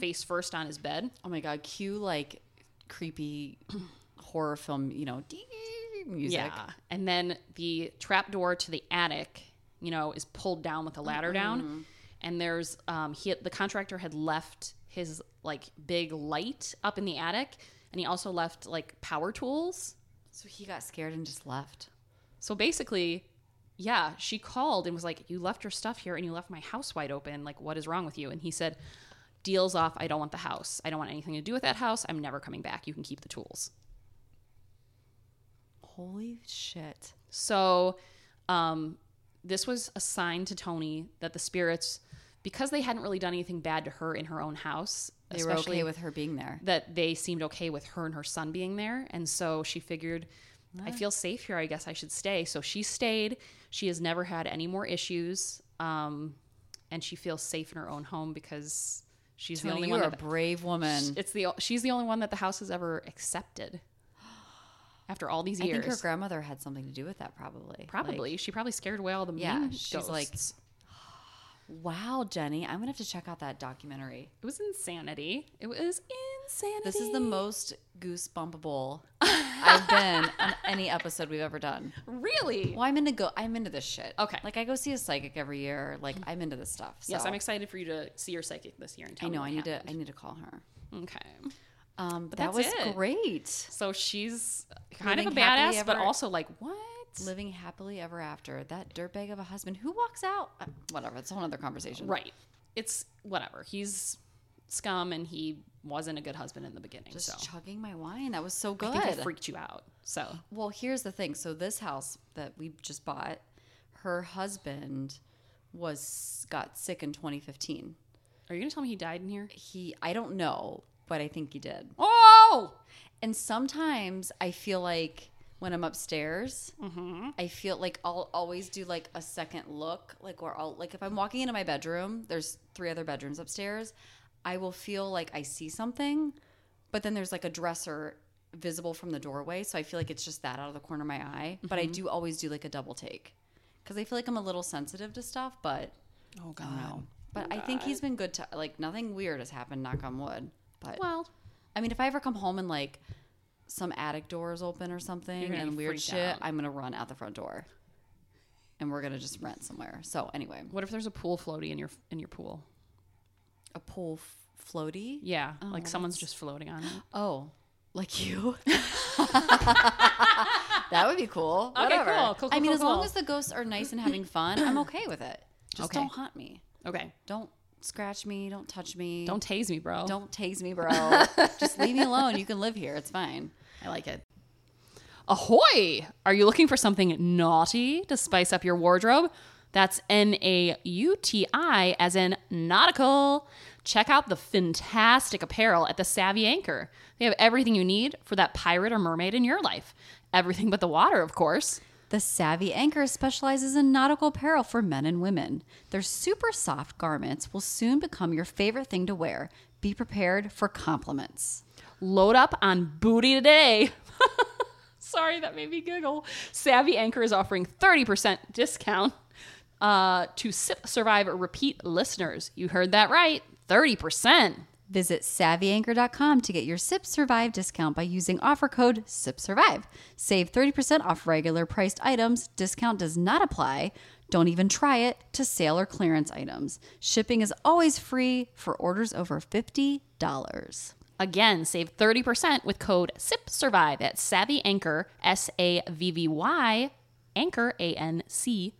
S3: face first on his bed.
S2: Oh my god, cue like creepy horror film, you know, dee- music.
S3: Yeah. And then the trap door to the attic, you know, is pulled down with a ladder down. And there's um he the contractor had left his like big light up in the attic and he also left like power tools.
S2: So he got scared and just left.
S3: So basically, yeah, she called and was like, You left your stuff here and you left my house wide open. Like, what is wrong with you? And he said, Deal's off. I don't want the house. I don't want anything to do with that house. I'm never coming back. You can keep the tools.
S2: Holy shit.
S3: So, um, this was a sign to Tony that the spirits, because they hadn't really done anything bad to her in her own house,
S2: They were okay with her being there.
S3: that they seemed okay with her and her son being there. And so she figured, I feel safe here. I guess I should stay. So she stayed. She has never had any more issues. Um, and she feels safe in her own home because she's the
S2: Tony,
S3: only
S2: you're
S3: one
S2: a
S3: that
S2: brave woman.
S3: it's the she's the only one that the house has ever accepted after all these
S2: I
S3: years.
S2: think her grandmother had something to do with that probably.
S3: probably she probably scared away all the
S2: Yeah,
S3: mean
S2: she's like-
S3: ghosts.
S2: Like, wow, Jenny, I'm gonna have to check out that documentary.
S3: it was insanity. It was Insanity.
S2: This is the most goosebumpable I've been on any episode we've ever done.
S3: really.
S2: Well, I'm into go. I'm into this shit.
S3: Okay. Mm.
S2: Like I go see a psychic every year. Like I'm into this stuff.
S3: Yes,
S2: so.
S3: I'm excited for you to see your psychic this year. And
S2: I
S3: tell
S2: know. I
S3: Me
S2: need
S3: what
S2: to. I
S3: happened.
S2: need to call her.
S3: Okay.
S2: Um, but that was
S3: that's it.
S2: great.
S3: So she's kind
S2: Living
S3: of a badass,
S2: happily
S3: but
S2: ever-
S3: also like what?
S2: Living happily ever after. That dirtbag of a husband who walks out. Uh, whatever. It's a whole other conversation.
S3: Right. It's whatever. He's scum, and he wasn't a good husband in the beginning.
S2: Just
S3: so
S2: chugging my wine. That was so good.
S3: I think he freaked you out. So
S2: Well, here's the thing. So this house that we just bought, her husband was got sick in 2015.
S3: are you gonna tell me he died in here?
S2: He I don't know, but I think he did.
S3: Oh,
S2: And sometimes I feel like when I'm upstairs,
S3: Mm-hmm.
S2: I feel like I'll always do like a second look, like or I'll like if I'm walking into my bedroom, there's three other bedrooms upstairs, I will feel like I see something, but then there's like a dresser visible from the doorway, so I feel like it's just that out of the corner of my eye. But I
S3: Mm-hmm.
S2: do always do like a double take because I feel like I'm a little sensitive to stuff, but um,
S3: oh god.
S2: but I think he's been good to like nothing weird has happened. Knock on wood. But
S3: Well,
S2: I mean, if I ever come home and like some attic door is open or something
S3: gonna
S2: and
S3: be
S2: weird
S3: freaked
S2: shit,
S3: out.
S2: I'm gonna run out the front door, and we're gonna just rent somewhere. So anyway,
S3: what if there's a pool floaty in your in your pool?
S2: a pool f- floaty.
S3: Yeah, like someone's just floating on it.
S2: Oh, like you. that would be cool.
S3: Okay,
S2: Whatever.
S3: cool, cool,
S2: I
S3: cool,
S2: mean,
S3: cool,
S2: as long
S3: cool.
S2: as the ghosts are nice and having fun, I'm okay with it. Just
S3: Okay.
S2: don't haunt me.
S3: Okay,
S2: Don't scratch me. Don't Oh. touch me.
S3: don't tase me, bro.
S2: don't tase me, bro. Just leave me alone. You can live here. It's fine.
S3: I like it. Ahoy! Are you looking for something naughty to spice up your wardrobe? That's N A U T I, as in nautical. Check out the fantastic apparel at the Savvy Anchor. They have everything you need for that pirate or mermaid in your life. Everything but the water, of course.
S2: The Savvy Anchor specializes in nautical apparel for men and women. Their super soft garments will soon become your favorite thing to wear. Be prepared for compliments.
S3: Load up on booty today. Sorry, that made me giggle. Savvy Anchor is offering 30% discount uh, to Sip Survive Repeat listeners. You heard that right 30%.
S2: Visit savvyanchor.com to get your Sip Survive discount by using offer code SIPSurvive. Save 30% off regular priced items. Discount does not apply. Don't even try it to sale or clearance items. Shipping is always free for orders over $50.
S3: Again, save 30% with code SIPSurvive at Savvy Anchor, S A V V Y, Anchor, A N C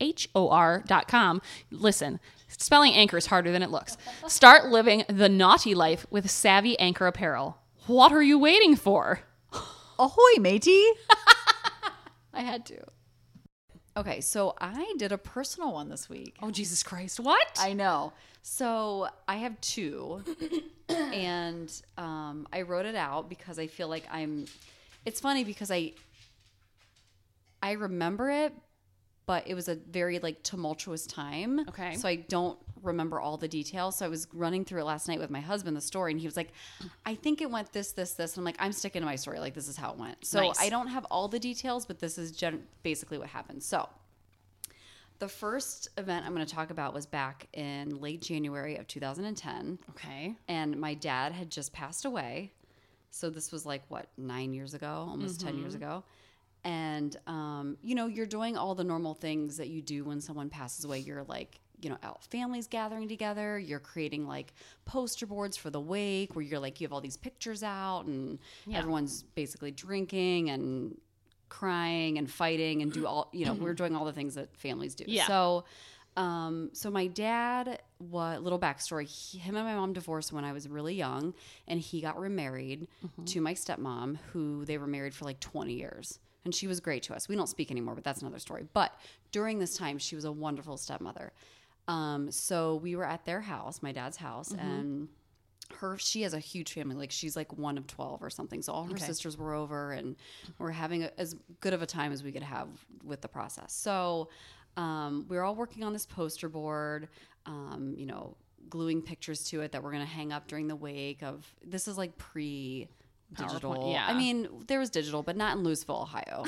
S3: H O R dot com. Listen, spelling anchor is harder than it looks. Start living the naughty life with Savvy Anchor apparel. What are you waiting for?
S2: Ahoy, matey! I had to. Okay, so I did a personal one this week.
S3: Oh, Jesus Christ. What?
S2: I know. So I have two, and um, I wrote it out because I feel like I'm. It's funny because I I remember it, but it was a very like tumultuous time.
S3: Okay.
S2: So I don't remember all the details. So I was running through it last night with my husband, the story, and he was like, I think it went this, this, this. And I'm like, I'm sticking to my story. Like, this is how it went. So
S3: Nice.
S2: I don't have all the details, but this is gen- basically what happened. So the first event I'm going to talk about was back in late January of 2010
S3: okay.
S2: and my dad had just passed away. So this was like what nine years ago, almost ten years ago. And um, you know, you're doing all the normal things that you do when someone passes away. You're like, you know, out families gathering together. You're creating like poster boards for the wake, where you're like, you have all these pictures out, and everyone's basically drinking and crying and fighting and do all you know we're doing all the things that families do
S3: Yeah.
S2: so um so my dad what little backstory he, him and my mom divorced when i was really young and he got remarried to my stepmom who they were married for like 20 years and she was great to us we don't speak anymore but that's another story but during this time she was a wonderful stepmother um so we were at their house my dad's house and her she has a huge family like she's like one of 12 or something so all her sisters were over and we're having a, as good of a time as we could have with the process so um, we're all working on this poster board um, you know gluing pictures to it that we're going to hang up during the wake of this is like pre digital
S3: PowerPoint, yeah.
S2: i mean there was digital but not in louisville ohio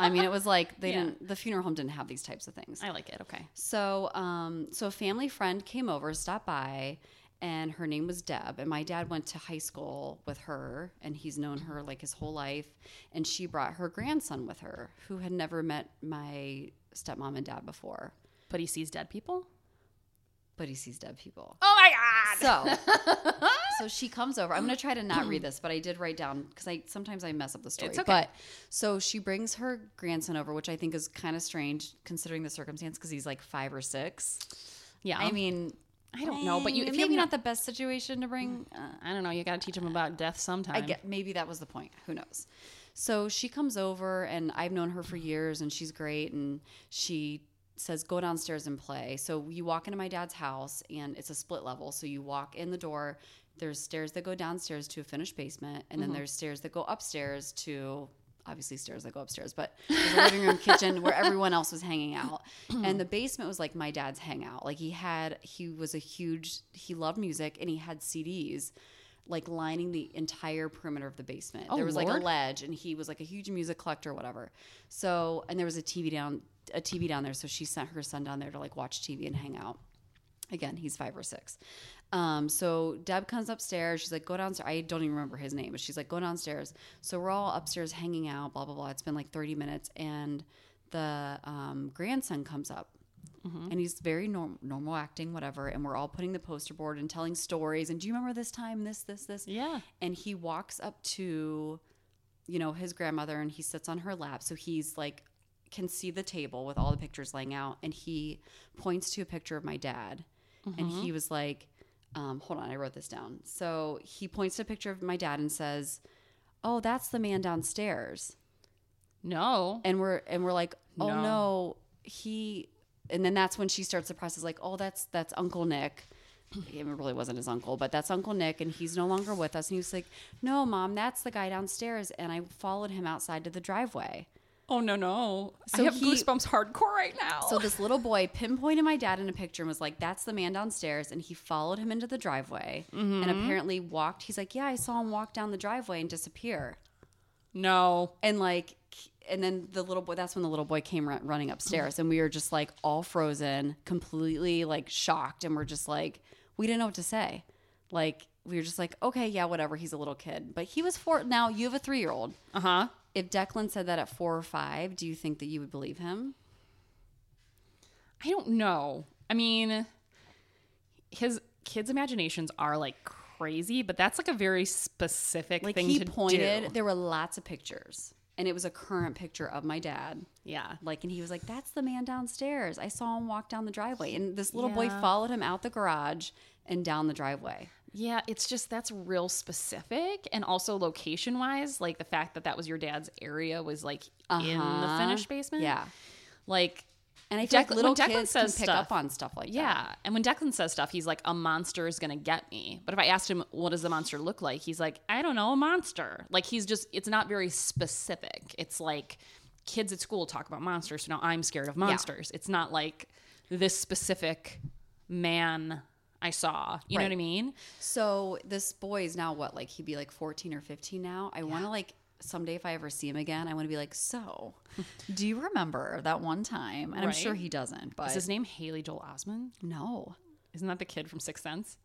S2: i mean it was like they didn't the funeral home didn't have these types of things
S3: I like it. Okay.
S2: so, um, so a family friend came over, stopped by, and her name was Deb. And my dad went to high school with her, and he's known her like his whole life. And she brought her grandson with her, who had never met my stepmom and dad before,
S3: But he sees dead people.
S2: but he sees dead people.
S3: Oh my god!
S2: So, so she comes over. I'm gonna try to not read this, but I did write down because I sometimes I mess up the story.
S3: It's okay.
S2: But so she brings her grandson over, which I think is kind of strange considering the circumstance because he's like five or six. Um,
S3: Yeah,
S2: I mean,
S3: I don't know, but you
S2: eh,
S3: if
S2: maybe
S3: you
S2: not the best situation to bring. Uh,
S3: I don't know. You got to teach them about death sometime.
S2: I get maybe that was the point. Who knows? So she comes over, and I've known her for years, and she's great. And she says, "Go downstairs and play." So you walk into my dad's house, and it's a split level. So you walk in the door. There's stairs that go downstairs to a finished basement, and then there's stairs that go upstairs to obviously stairs that go upstairs, but there's a living room, kitchen where everyone else was hanging out. And the basement was like my dad's hangout. Like he had, he was a huge, he loved music, and he had CDs like lining the entire perimeter of the basement. there was like
S3: Lord.
S2: a ledge, and he was like a huge music collector, or whatever. So, and there was a TV down, a TV down there. So she sent her son down there to like watch TV and hang out. Again, he's five or six. Um, so Deb comes upstairs. She's like, go downstairs. I don't even remember his name, but she's like, go downstairs. So we're all upstairs hanging out, blah, blah, blah. It's been like 30 minutes. And the um, grandson comes up and he's very norm- normal acting, whatever. And we're all putting the poster board and telling stories. And do you remember this time, this, this, this?
S3: Yeah.
S2: And he walks up to, you know, his grandmother and he sits on her lap. So he's like, can see the table with all the pictures laying out. And he points to a picture of my dad. And he was like, um, hold on, I wrote this down. So he points to a picture of my dad and says, Oh, that's the man downstairs
S3: No.
S2: and we're and we're like, oh
S3: No.
S2: no, he. And then that's when she starts the process, like, oh, that's that's Uncle Nick. It really wasn't his uncle, but that's Uncle Nick, and he's no longer with us. And he was like, no, mom, that's the guy downstairs, and I followed him outside to the driveway.
S3: Oh no no.
S2: So
S3: I have
S2: he-
S3: goosebumps hardcore right now.
S2: So this little boy pinpointed my dad in a picture and was like, "That's the man downstairs," and he followed him into the driveway and apparently walked. He's like, "Yeah, I saw him walk down the driveway and disappear."
S3: no.
S2: and like and then the little boy that's when the little boy came run, running upstairs and we were just like all frozen completely like shocked and we're just like we didn't know what to say like we were just like okay yeah whatever he's a little kid but he was four now you have a three-year-old
S3: Uh huh.
S2: if declan said that at four or five do you think that you would believe him
S3: I don't know. I mean, his kids' imaginations are like crazy, but that's like a very specific
S2: like
S3: thing
S2: he
S3: to
S2: pointed
S3: do.
S2: there were lots of pictures and it was a current picture of my dad
S3: Yeah.
S2: like and he was like that's the man downstairs i saw him walk down the driveway and this little boy
S3: Yeah.
S2: followed him out the garage and down the driveway
S3: Yeah, it's just that's real specific and also location wise, like the fact that that was your dad's area was like in the
S2: Uh-huh.
S3: finished basement.
S2: Yeah.
S3: Like
S2: And I feel
S3: Declan-
S2: like little
S3: when Declan
S2: kids
S3: says
S2: can pick
S3: stuff-
S2: up on stuff like that.
S3: Yeah. And when Declan says stuff, he's like, a monster is going to get me. But if I asked him, what does a monster look like? He's like, I don't know, a monster. Like, he's just, it's not very specific. It's like kids at school talk about monsters. So now I'm scared of monsters. It's not like this specific man I saw. You know what I
S2: Right.
S3: mean?
S2: So this boy is now what, like he'd be like 14 or 15 now. I want to like someday if I ever see him again, I want to be like, so do you remember that one time? And I'm sure
S3: Right.
S2: he doesn't, but
S3: Is his name Haley Joel Osment?
S2: no.
S3: Isn't that the kid from Sixth Sense?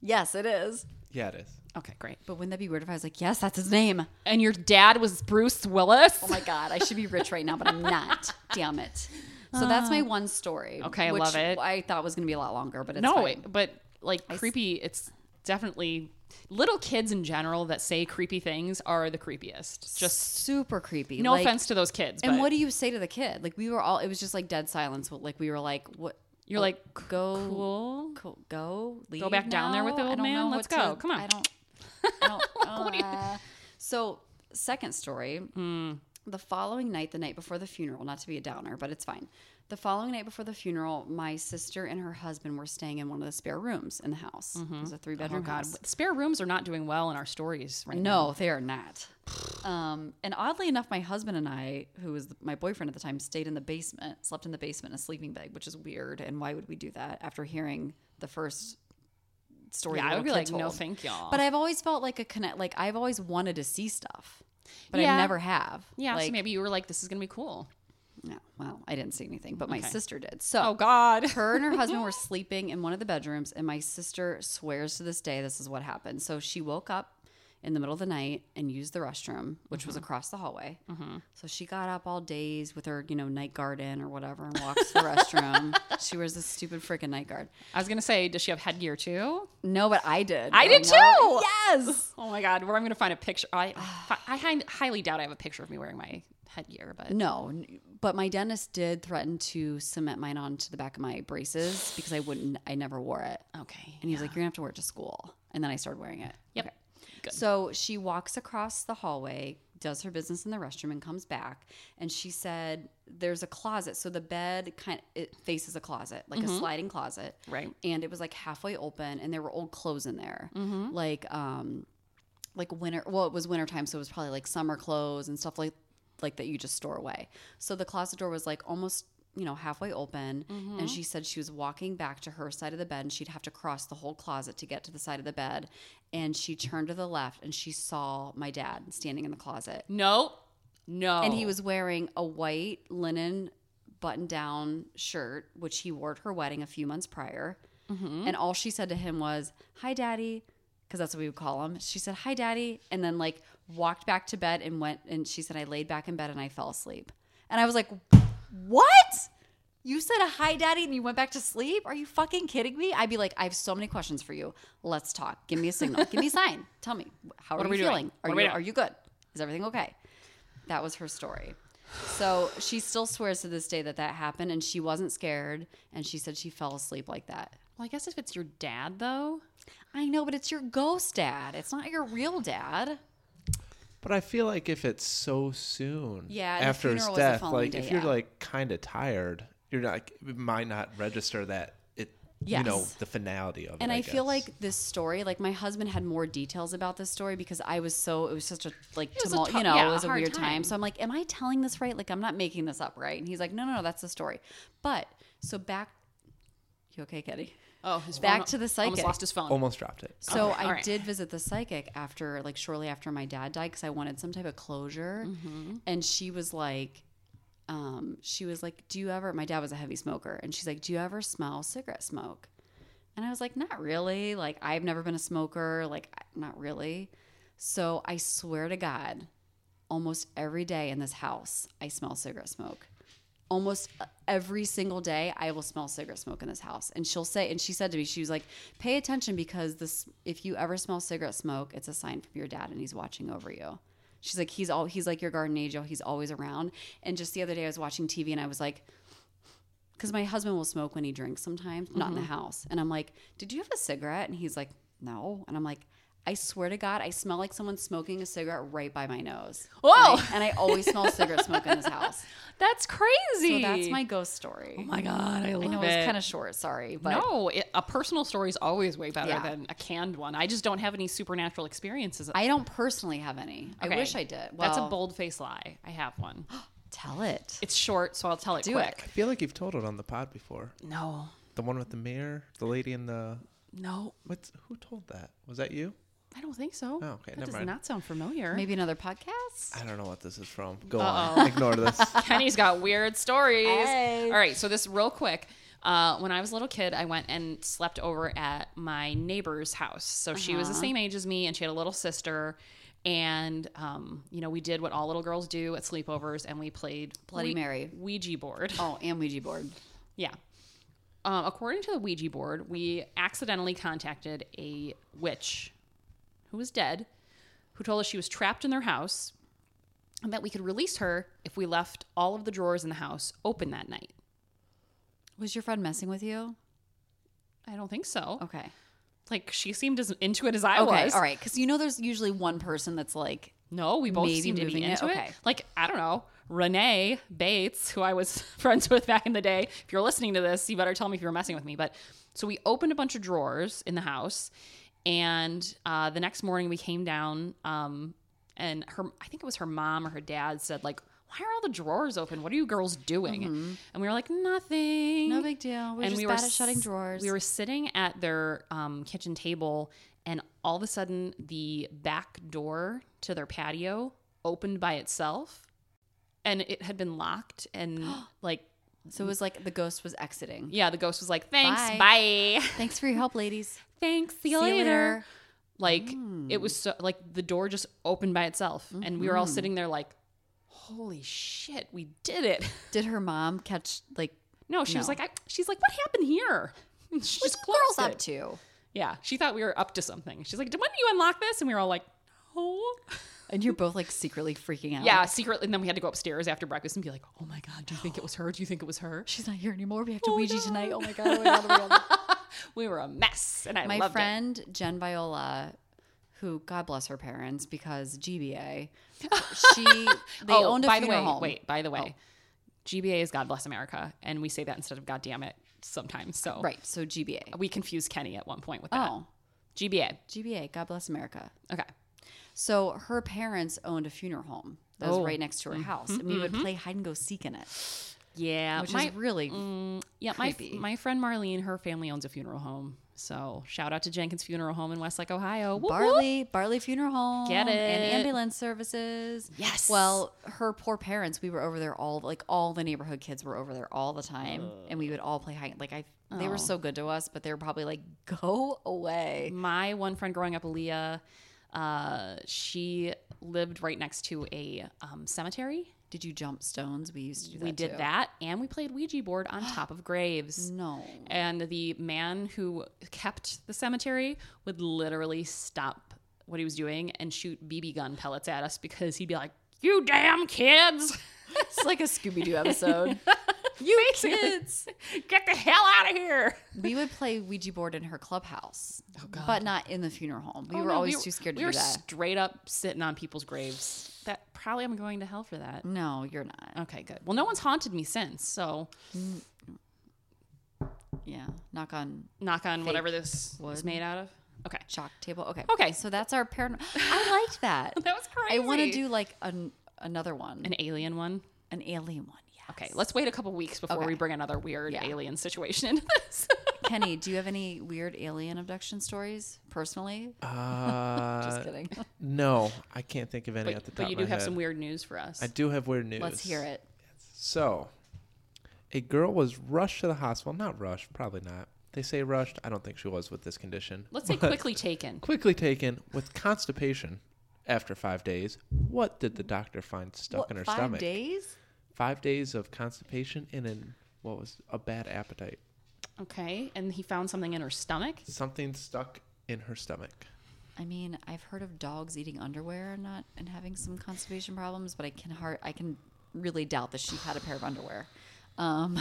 S2: Yes, it is.
S4: Yeah, it is.
S3: Okay, great.
S2: But wouldn't that be weird if I was like, yes, that's his name?
S3: And your dad was Bruce Willis?
S2: Oh my God, I should be rich right now, but I'm not. Damn it. So that's my one story.
S3: Uh. Okay, I
S2: which
S3: love it.
S2: I thought was going to be a lot longer, but it's
S3: no,
S2: fine.
S3: it- but like creepy, it's definitely little kids in general that say creepy things are the creepiest. Just
S2: super creepy.
S3: no
S2: Like,
S3: offense to those kids,
S2: And
S3: but
S2: what do you say to the kid? Like we were all, it was just like dead silence. Like we were like, what?
S3: you're like
S2: go,
S3: cool.
S2: co- go, leave
S3: back down there with the
S2: now? I
S3: old
S2: don't
S3: man.
S2: know
S3: Let's
S2: what to-
S3: go. Come on.
S2: I don't. I don't uh, so second story.
S3: Hmm.
S2: The following night, the night before the funeral, not to be a downer, but it's fine. The following night before the funeral, my sister and her husband were staying in one of the spare rooms in the house.
S3: Mm-hmm.
S2: It was a
S3: Oh,
S2: three bedroom
S3: God,
S2: house.
S3: spare rooms are not doing well in our stories right now.
S2: No, they are not. Um, and oddly enough, my husband and I, who was my boyfriend at the time, stayed in the basement, slept in the basement in a sleeping bag, which is weird. And why would we do that after hearing the first story?
S3: Yeah,
S2: the
S3: I would be
S2: little
S3: like,
S2: kid
S3: no,
S2: told?
S3: thank y'all.
S2: But I've always felt like a connect. Like I've always wanted to see stuff, but
S3: Yeah.
S2: I never have.
S3: yeah,
S2: like,
S3: so maybe you were like, this is gonna be cool.
S2: No, well, I didn't see anything, but my sister did. So
S3: Oh God.
S2: her and her husband were sleeping in one of the bedrooms, and my sister swears to this day this is what happened. So she woke up in the middle of the night and used the restroom, which
S3: Mm-hmm.
S2: was across the hallway. So she got up all days with her, you know, night guard in or whatever, and walks to the restroom. She wears this stupid freaking night guard.
S3: I was gonna say, does she have headgear too?
S2: No, but I did.
S3: I did
S2: growing
S3: too!
S2: up. Yes.
S3: Oh my God. Where I'm gonna find a picture? I I hind- highly doubt I have a picture of me wearing my headgear, but
S2: No, n- but my dentist did threaten to cement mine onto the back of my braces because I wouldn't. I never wore it.
S3: okay.
S2: And he was like, You're gonna have to wear it to school. And then I started wearing it.
S3: Yep. Good.
S2: So she walks across the hallway, does her business in the restroom, and comes back. And she said, There's a closet. So the bed kind it faces a closet, like a sliding closet.
S3: Mm-hmm. Right.
S2: And it was like halfway open, and there were old clothes in there.
S3: Mm-hmm.
S2: Like, um, like winter well it was winter time so it was probably like summer clothes and stuff like like that you just store away so the closet door was like almost you know halfway open and she said she was walking back to her side of the bed and she'd have to cross the whole closet to get to the side of the bed and she turned to the left and she saw my dad standing in the closet
S3: No. No.
S2: and he was wearing a white linen button down shirt, which he wore at her wedding a few months prior. And all she said to him was, Hi, daddy. Because that's what we would call him. She said, Hi, daddy. And then, like, walked back to bed and went. And she said, I laid back in bed and I fell asleep. And I was like, What? You said a hi, daddy, and you went back to sleep? Are you fucking kidding me? I'd be like, I have so many questions for you. Let's talk. Give me a signal. Give me a sign. Tell me, how are,
S3: are
S2: you
S3: we doing?
S2: feeling?
S3: What are
S2: Are
S3: we
S2: you,
S3: doing?
S2: are you good? Is everything okay? That was her story. So she still swears to this day that that happened and she wasn't scared and she said she fell asleep like that.
S3: Well, I guess if it's your dad though.
S2: I know, but it's your ghost dad. It's not your real dad.
S4: But I feel like if it's so soon,
S2: Yeah, and the
S4: after his
S2: funeral was the
S4: death,
S2: following
S4: like
S2: day,
S4: if you're
S2: yeah.
S4: like kind of tired, you're not it might not register that it. You know
S2: Yes.
S4: the finality of it.
S2: And I, feel
S4: guess.
S2: like this story, like my husband had more details about this story because I was so it was such a like
S3: was a
S2: tumult,
S3: tou-
S2: you know,
S3: yeah,
S2: it
S3: a
S2: was a
S3: hard
S2: weird time.
S3: time.
S2: So I'm like, am I telling this right? Like I'm not making this up, right? And he's like, no, no, no, that's the story. But so back, you okay, Kitty?
S3: Oh, his
S2: Back to the
S3: Almost
S2: psychic.
S3: lost his phone.
S4: almost dropped it.
S2: So
S3: Alright,
S2: I
S3: alright.
S2: did visit the psychic after, like, shortly after my dad died because I wanted some type of closure. And she was like, um, she was like, "Do you ever?" My dad was a heavy smoker, and she's like, "Do you ever smell cigarette smoke?" And I was like, "Not really. Like, I've never been a smoker. Like, I- not really." So I swear to God, almost every day in this house, I smell cigarette smoke. Almost every single day, I will smell cigarette smoke in this house. And she'll say, and she said to me, she was like, "Pay attention because this, if you ever smell cigarette smoke, it's a sign from your dad, and he's watching over you." She's like, "He's all, he's like your garden angel. He's always around." And just the other day, I was watching TV, and I was like, because my husband will smoke when he drinks sometimes, not in the house. And I'm like, Did you have a cigarette? And he's like, No. And I'm like, I swear to God, I smell like someone smoking a cigarette right by my nose.
S3: Whoa.
S2: And I, and I always smell cigarette smoke in this house.
S3: That's
S2: So
S3: crazy.
S2: that's my ghost story.
S3: Oh my god, I love
S2: I know
S3: it.
S2: it was kind of short, sorry. But
S3: no, it, a personal story is always way better
S2: Yeah.
S3: than a canned one. I just don't have any supernatural experiences.
S2: I don't personally have any. I
S3: Okay.
S2: wish I did. Well,
S3: That's a bold face lie. I have one.
S2: Tell it.
S3: It's short, so I'll tell it
S2: Do
S3: quick.
S4: I feel like you've told it on the pod before.
S3: No,
S4: The one with the mirror, the lady in the
S3: no,
S4: what's who told that? Was that you?
S3: I don't think so.
S4: Oh, okay,
S3: that
S4: never
S3: does
S4: mind.
S3: not sound familiar.
S2: Maybe another podcast?
S4: I don't know what this is from. Go on, ignore this.
S3: Kenny's got weird stories.
S2: Hey.
S3: All right, so this real quick. Uh, when I was a little kid, I went and slept over at my neighbor's house. So she was the
S2: Uh-huh.
S3: same age as me, and she had a little sister. And um, you know, we did what all little girls do at sleepovers, and we played
S2: Bloody
S3: Wou-
S2: Mary.
S3: Ouija board.
S2: Oh, and Ouija board.
S3: Yeah. Um, according to the Ouija board, we accidentally contacted a witch who was dead, who told us she was trapped in their house and that we could release her if we left all of the drawers in the house open that night.
S2: Was your friend messing with you?
S3: I don't think so.
S2: Okay.
S3: Like, she seemed as into it as I
S2: Oh. Okay.
S3: was.
S2: All right. Because you know there's usually one person that's like,
S3: No, we both
S2: Maybe
S3: seemed to be
S2: moving it?
S3: into it.
S2: Okay.
S3: Like, I don't know. Renee Bates, who I was friends with back in the day. If you're listening to this, you better tell me if you're messing with me. But so we opened a bunch of drawers in the house, and uh, the next morning we came down, um, and her, I think it was her mom or her dad said like, "Why are all the drawers open? What are you girls doing?"
S2: Mm-hmm.
S3: And we were like, "Nothing.
S2: No big deal. We're
S3: and
S2: just
S3: we were
S2: bad at shutting
S3: s-
S2: drawers.
S3: We were sitting at their um, kitchen table, and all of a sudden, the back door to their patio opened by itself, and it had been locked and like
S2: So it was like the ghost was exiting.
S3: yeah, the ghost was like, "Thanks, bye.
S2: Thanks for your help, ladies.
S3: Thanks, see you
S2: See you
S3: later."
S2: later.
S3: Like it was so like the door just opened by itself and we were all sitting there like, "Holy shit, we did it."
S2: Did her mom catch like
S3: No, she was
S2: No.
S3: like, I, she's like, what happened here? And She just closed
S2: girls
S3: it.
S2: up to?
S3: Yeah, she thought we were up to something. She's like, when did you unlock this? And we were all like, no.
S2: And you're both like secretly freaking out.
S3: Yeah, secretly. And then we had to go upstairs after breakfast and be like, oh my god, do you think it was her? Do you think it was her?
S2: She's not here anymore. We have to Ouija tonight. Oh my god. Oh my god. Oh my god.
S3: We were a mess, and I
S2: my
S3: loved it.
S2: friend Jen Viola, who God bless her parents because GBA, she they
S3: oh,
S2: owned a
S3: by the way,
S2: funeral home.
S3: wait, by the way, GBA is God bless America, and we say that instead of God damn it sometimes. So
S2: right? So GBA.
S3: we confused Kenny at one point with that.
S2: Oh,
S3: GBA.
S2: GBA. God bless America.
S3: Okay.
S2: So her parents owned a funeral home that was
S3: Oh.
S2: right next to her house, and we would play hide and go seek in it,
S3: Yeah,
S2: which
S3: my
S2: is really
S3: Yeah, my,
S2: Creepy.
S3: my friend Marlene, her family owns a funeral home. So shout out to Jenkins Funeral Home in Westlake, Ohio. Whoop, whoop.
S2: Barley, Barley Funeral Home,
S3: Get
S2: and
S3: it.
S2: ambulance services.
S3: Yes.
S2: Well, her poor parents. We were over there all like all the neighborhood kids were over there all the time, and we would all play hide. Like I, they
S3: Oh.
S2: were so good to us, but they were probably like, "Go away."
S3: My one friend growing up, Aaliyah, uh, she lived right next to a um, cemetery.
S2: Did you jump stones? We used to do that.
S3: We did
S2: too.
S3: that, and we played Ouija board on top of graves.
S2: No.
S3: And the man who kept the cemetery would literally stop what he was doing and shoot BB gun pellets at us because he'd be like, "You damn kids!"
S2: It's like a Scooby Doo episode. you kids.
S3: Get the hell out of here.
S2: We would play Ouija board in her clubhouse, but not in the funeral home. We
S3: Oh,
S2: were
S3: no,
S2: always too scared to
S3: we
S2: do
S3: were
S2: that.
S3: straight up sitting on people's graves. That probably I'm going to hell for that.
S2: no, you're not.
S3: Okay, good. Well, no one's haunted me since, so
S2: Yeah. Knock on
S3: knock on whatever this was
S2: wood.
S3: made out of. Okay,
S2: chalk table. Okay.
S3: Okay.
S2: So that's our paranormal. I liked that.
S3: that was crazy.
S2: I want to do like an, another one, an,
S3: an alien one.
S2: alien one. Yeah.
S3: Okay, let's wait a couple weeks before we bring another weird
S2: Yeah.
S3: alien situation into this.
S2: Kenny, do you have any weird alien abduction stories personally?
S4: Uh,
S2: Just kidding.
S4: No, I can't think of any at
S3: but,
S4: the
S3: but
S4: top
S3: you
S4: of
S3: do
S4: my
S3: have
S4: head.
S3: some weird news for us.
S4: I do have weird news.
S2: Let's hear it.
S4: So, a girl was rushed to the hospital. Not rushed, probably not. They say rushed. I don't think she was with this condition.
S3: Let's say
S4: But
S3: quickly taken.
S4: Quickly taken with constipation after five days. What did the doctor find stuck
S2: What,
S4: in her
S2: five
S4: stomach?
S2: days?
S4: Five days of constipation and an, what was a bad appetite.
S3: Okay, and he found something in her stomach.
S4: Something stuck in her stomach.
S2: I mean, I've heard of dogs eating underwear and not and having some constipation problems, but I can hard I can really doubt that she had a pair of underwear. Um,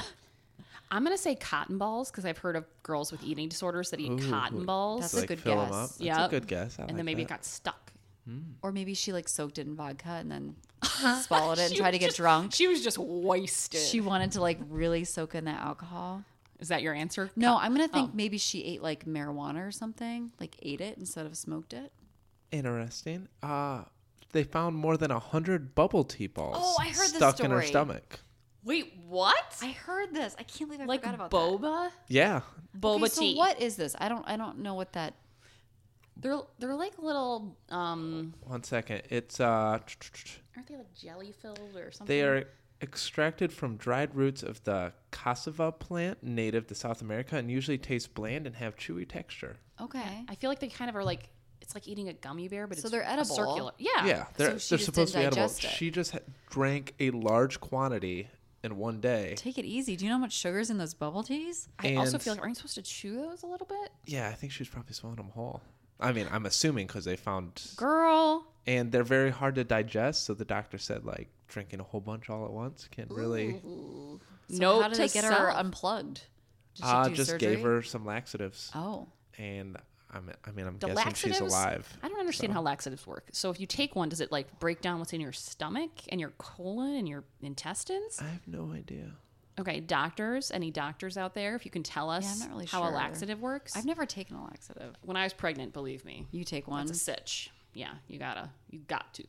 S3: I'm gonna say cotton balls because I've heard of girls with eating disorders that eat cotton balls,
S2: That's
S4: So,
S2: a
S4: like,
S2: good
S4: fill 'em
S2: guess.
S4: up. That's
S3: Yep.
S4: a good guess. I
S3: and
S4: like
S3: then maybe it
S4: that.
S3: got stuck.
S2: or maybe she like soaked it in vodka and then swallowed it and
S3: She
S2: tried to
S3: was
S2: get
S3: just-
S2: drunk.
S3: She was just wasted.
S2: She wanted to like really soak in that alcohol.
S3: Is that your answer?
S2: No, I'm gonna think maybe she ate like marijuana or something, like ate it instead of smoked it.
S4: Interesting. Uh they found more than a hundred bubble tea balls.
S2: Oh, I heard this
S4: stuck in her
S2: story.
S4: stomach.
S3: Wait, what?
S2: I heard this. I can't believe I
S3: like
S2: forgot about
S3: boba,
S4: Yeah,
S2: that.
S3: boba
S2: Okay, so
S3: tea.
S2: what is this? I don't. I don't know what that.
S3: They're they're like little. Um,
S4: One second. It's uh
S3: aren't they like jelly filled or something?
S4: they are extracted from dried roots of the cassava plant native to South America and usually taste bland and have chewy texture.
S2: Okay.
S3: I feel like they kind of are like. It's like eating a gummy bear, but
S2: So
S3: it's
S2: they're
S3: a
S2: edible.
S3: circular. Yeah.
S4: Yeah, they're,
S2: Ah, she
S4: they're
S2: just
S4: supposed to be
S2: didn't
S4: edible.
S2: digest it.
S4: She just ha- drank a large quantity in one day.
S2: Take it easy. Do you know how much sugar's in those bubble teas?
S3: I also
S4: And-
S3: feel like aren't you supposed to chew those a little bit,
S4: Yeah, I think she was probably swallowing them whole. I mean, I'm assuming because they found,
S3: girl?
S4: and they're very hard to digest. So the doctor said, like, drinking a whole bunch all at once can really.
S2: So
S3: Note
S2: how did they
S3: to
S2: get her
S3: self.
S2: unplugged? Did she
S4: Uh,
S2: do
S4: just
S2: surgery?
S4: gave her some laxatives,
S2: Oh,
S4: and I'm, I mean, I'm
S3: The
S4: guessing she's alive.
S3: I don't understand how laxatives work. So if you take one, does it like break down what's in your stomach and your colon and your intestines?
S4: I have no idea.
S3: Okay, doctors, any doctors out there, if you can tell us
S2: not really
S3: how a
S2: sure.
S3: laxative works.
S2: I've never taken a laxative.
S3: when I was pregnant, believe me,
S2: You take one.
S3: it's a sitch. Yeah, you gotta, you got to.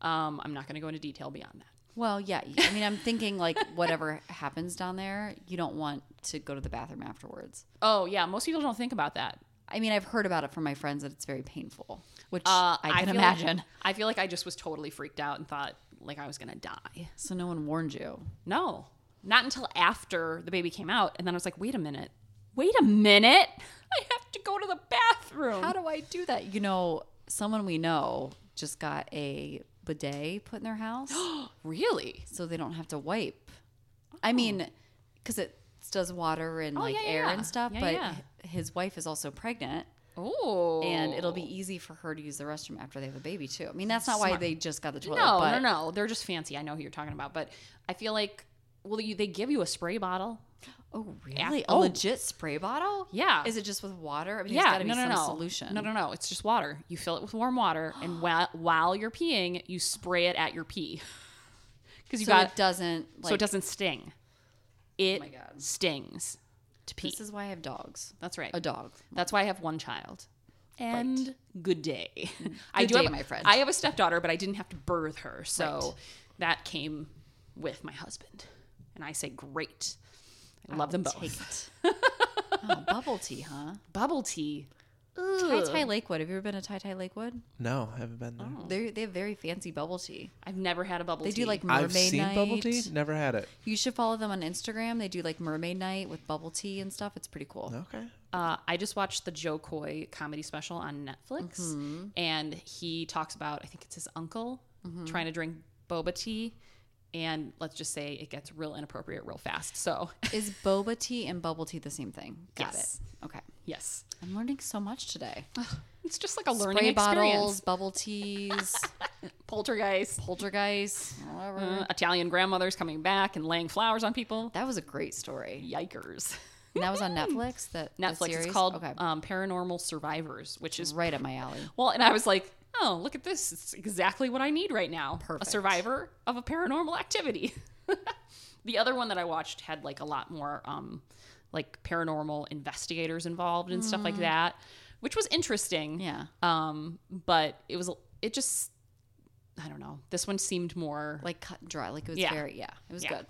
S3: Um, I'm not gonna go into detail beyond that.
S2: Well, yeah. I mean, I'm thinking like whatever happens down there, you don't want to go to the bathroom afterwards.
S3: Oh yeah, most people don't think about that.
S2: I mean, I've heard about it from my friends that it's very painful, which
S3: Uh,
S2: I can
S3: feel like-
S2: imagine.
S3: I feel like I just was totally freaked out and thought like I was gonna die.
S2: So no one warned you.
S3: No, not until after the baby came out, and then I was like, wait a minute, wait a minute, I have to go to the bathroom.
S2: How do I do that? You know, someone we know just got a bidet put in their house
S3: really?
S2: so they don't have to wipe. I mean, because it does water and like
S3: Oh. yeah, yeah,
S2: air
S3: yeah.
S2: and stuff,
S3: Yeah,
S2: but
S3: yeah.
S2: h- his wife is also pregnant.
S3: Oh,
S2: And it'll be easy for her to use the restroom after they have a baby too. I mean, that's not why they just got the toilet.
S3: no, no,
S2: but
S3: no. They're just fancy. I know who you're talking about, but I feel like well, you, they give you a spray bottle.
S2: Oh, really? A
S3: oh.
S2: legit spray bottle?
S3: Yeah.
S2: Is it just with water? I mean, there's
S3: yeah,
S2: got to be
S3: no, no,
S2: some
S3: no.
S2: solution.
S3: No, no, no. It's just water. You fill it with warm water, and while, while you're peeing, you spray it at your pee because you
S2: So
S3: got
S2: it doesn't. Like, Oh
S3: so it doesn't sting. It
S2: my God.
S3: stings to pee.
S2: This is why I have dogs.
S3: That's right.
S2: A dog.
S3: That's why I have one child. And good day. I
S2: Good
S3: do
S2: day,
S3: have,
S2: my friend.
S3: I have a stepdaughter, but I didn't have to birth her, so that came with my husband. And I say, great. I love them both.
S2: Take it. oh, bubble tea, huh?
S3: Bubble tea.
S2: Tai Tai Lakewood. Have you ever been to Tai Tai Lakewood?
S4: No, I haven't been there.
S2: They they have very fancy bubble tea.
S3: I've never had a Hmm. bubble
S2: They
S3: tea.
S2: do like mermaid
S4: I've seen
S2: night.
S4: bubble tea, never had it.
S2: You should follow them on Instagram. They do like mermaid night with bubble tea and stuff. It's pretty cool.
S4: Okay.
S3: Uh, I just watched the Joe Coy comedy special on Netflix,
S2: Mm-hmm.
S3: and he talks about I think it's his uncle trying to drink boba tea, and let's just say it gets real inappropriate real fast. So
S2: Is boba tea and bubble tea the same thing? Got
S3: Yes.
S2: it. Okay.
S3: yes,
S2: I'm learning so much today.
S3: it's just like a learning
S2: Spray
S3: experience.
S2: bottles, bubble teas,
S3: Poltergeist,
S2: poltergeist, Mm-hmm. whatever.
S3: uh, Italian grandmothers coming back and laying flowers on people.
S2: That was a great story.
S3: Yikers!
S2: And that was on Netflix. That the
S3: Hmm. Netflix
S2: series?
S3: is called
S2: okay.
S3: um, Paranormal Survivors, which is
S2: right up my alley.
S3: Well, and I was like, oh, look at this. It's exactly what I need right now.
S2: Perfect.
S3: A survivor of a paranormal activity. the other one that I watched had like a lot more um like paranormal investigators involved and stuff like that, which was interesting.
S2: Mm. Yeah.
S3: Um, but it was it just I don't know. This one seemed more
S2: Like cut and dry. Like it was
S3: Yeah.
S2: very yeah. It was
S3: Yeah.
S2: good.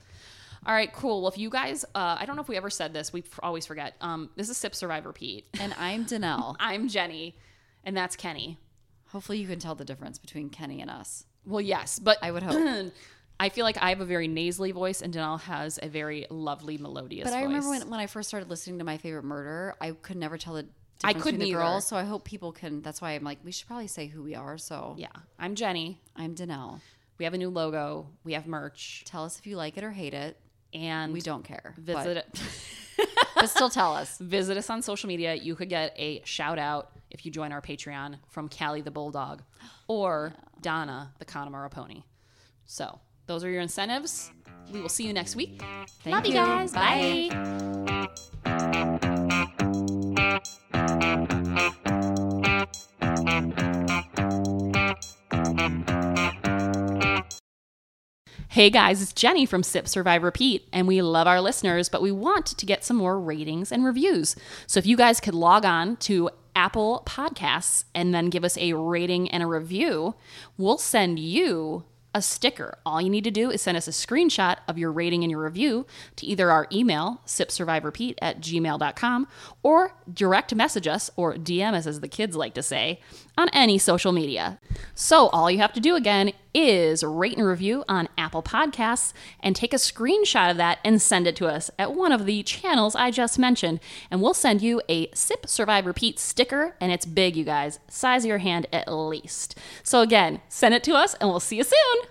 S3: all right, cool. Well, if you guys, uh, I don't know if we ever said this, we f- always forget. Um, this is Sip Survivor Pete.
S2: And I'm Danelle.
S3: I'm Jenny, and that's Kenny.
S2: Hopefully you can tell the difference between Kenny and us.
S3: Well, yes, but
S2: I would hope.
S3: I feel like I have a very nasally voice, and Danelle has a very lovely melodious.
S2: But I remember
S3: voice.
S2: when, when I first started listening to My Favorite Murder, I could never tell the difference
S3: I
S2: between
S3: couldn't
S2: the
S3: either.
S2: girls. So I hope people can. That's why I'm like, we should probably say who we are. So
S3: Yeah, I'm Jenny.
S2: I'm Danelle.
S3: We have a new logo. We have merch,
S2: Tell us if you like it or hate it.
S3: and
S2: We don't care. but-
S3: visit
S2: but still tell us.
S3: visit us on social media. You could get a shout out if you join our Patreon from Callie the Bulldog or Donna the Connemara Pony. So those are your incentives. We will see you next week.
S2: Thank
S3: Love you
S2: you.
S3: guys.
S2: Bye.
S3: Bye. Hey guys, it's Jenny from Sip Survive Repeat, and we love our listeners, but we want to get some more ratings and reviews. So if you guys could log on to Apple Podcasts and then give us a rating and a review, we'll send you a sticker. All you need to do is send us a screenshot of your rating and your review to either our email, sipsurviverepeat at gmail.com, or direct message us, or DM us as the kids like to say, on any social media. So all you have to do again is rate and review on Apple Podcasts and take a screenshot of that and send it to us at one of the channels I just mentioned. And we'll send you a Sip Survive Repeat sticker, and it's big, you guys, size of your hand at least. So again, send it to us, and we'll see you soon.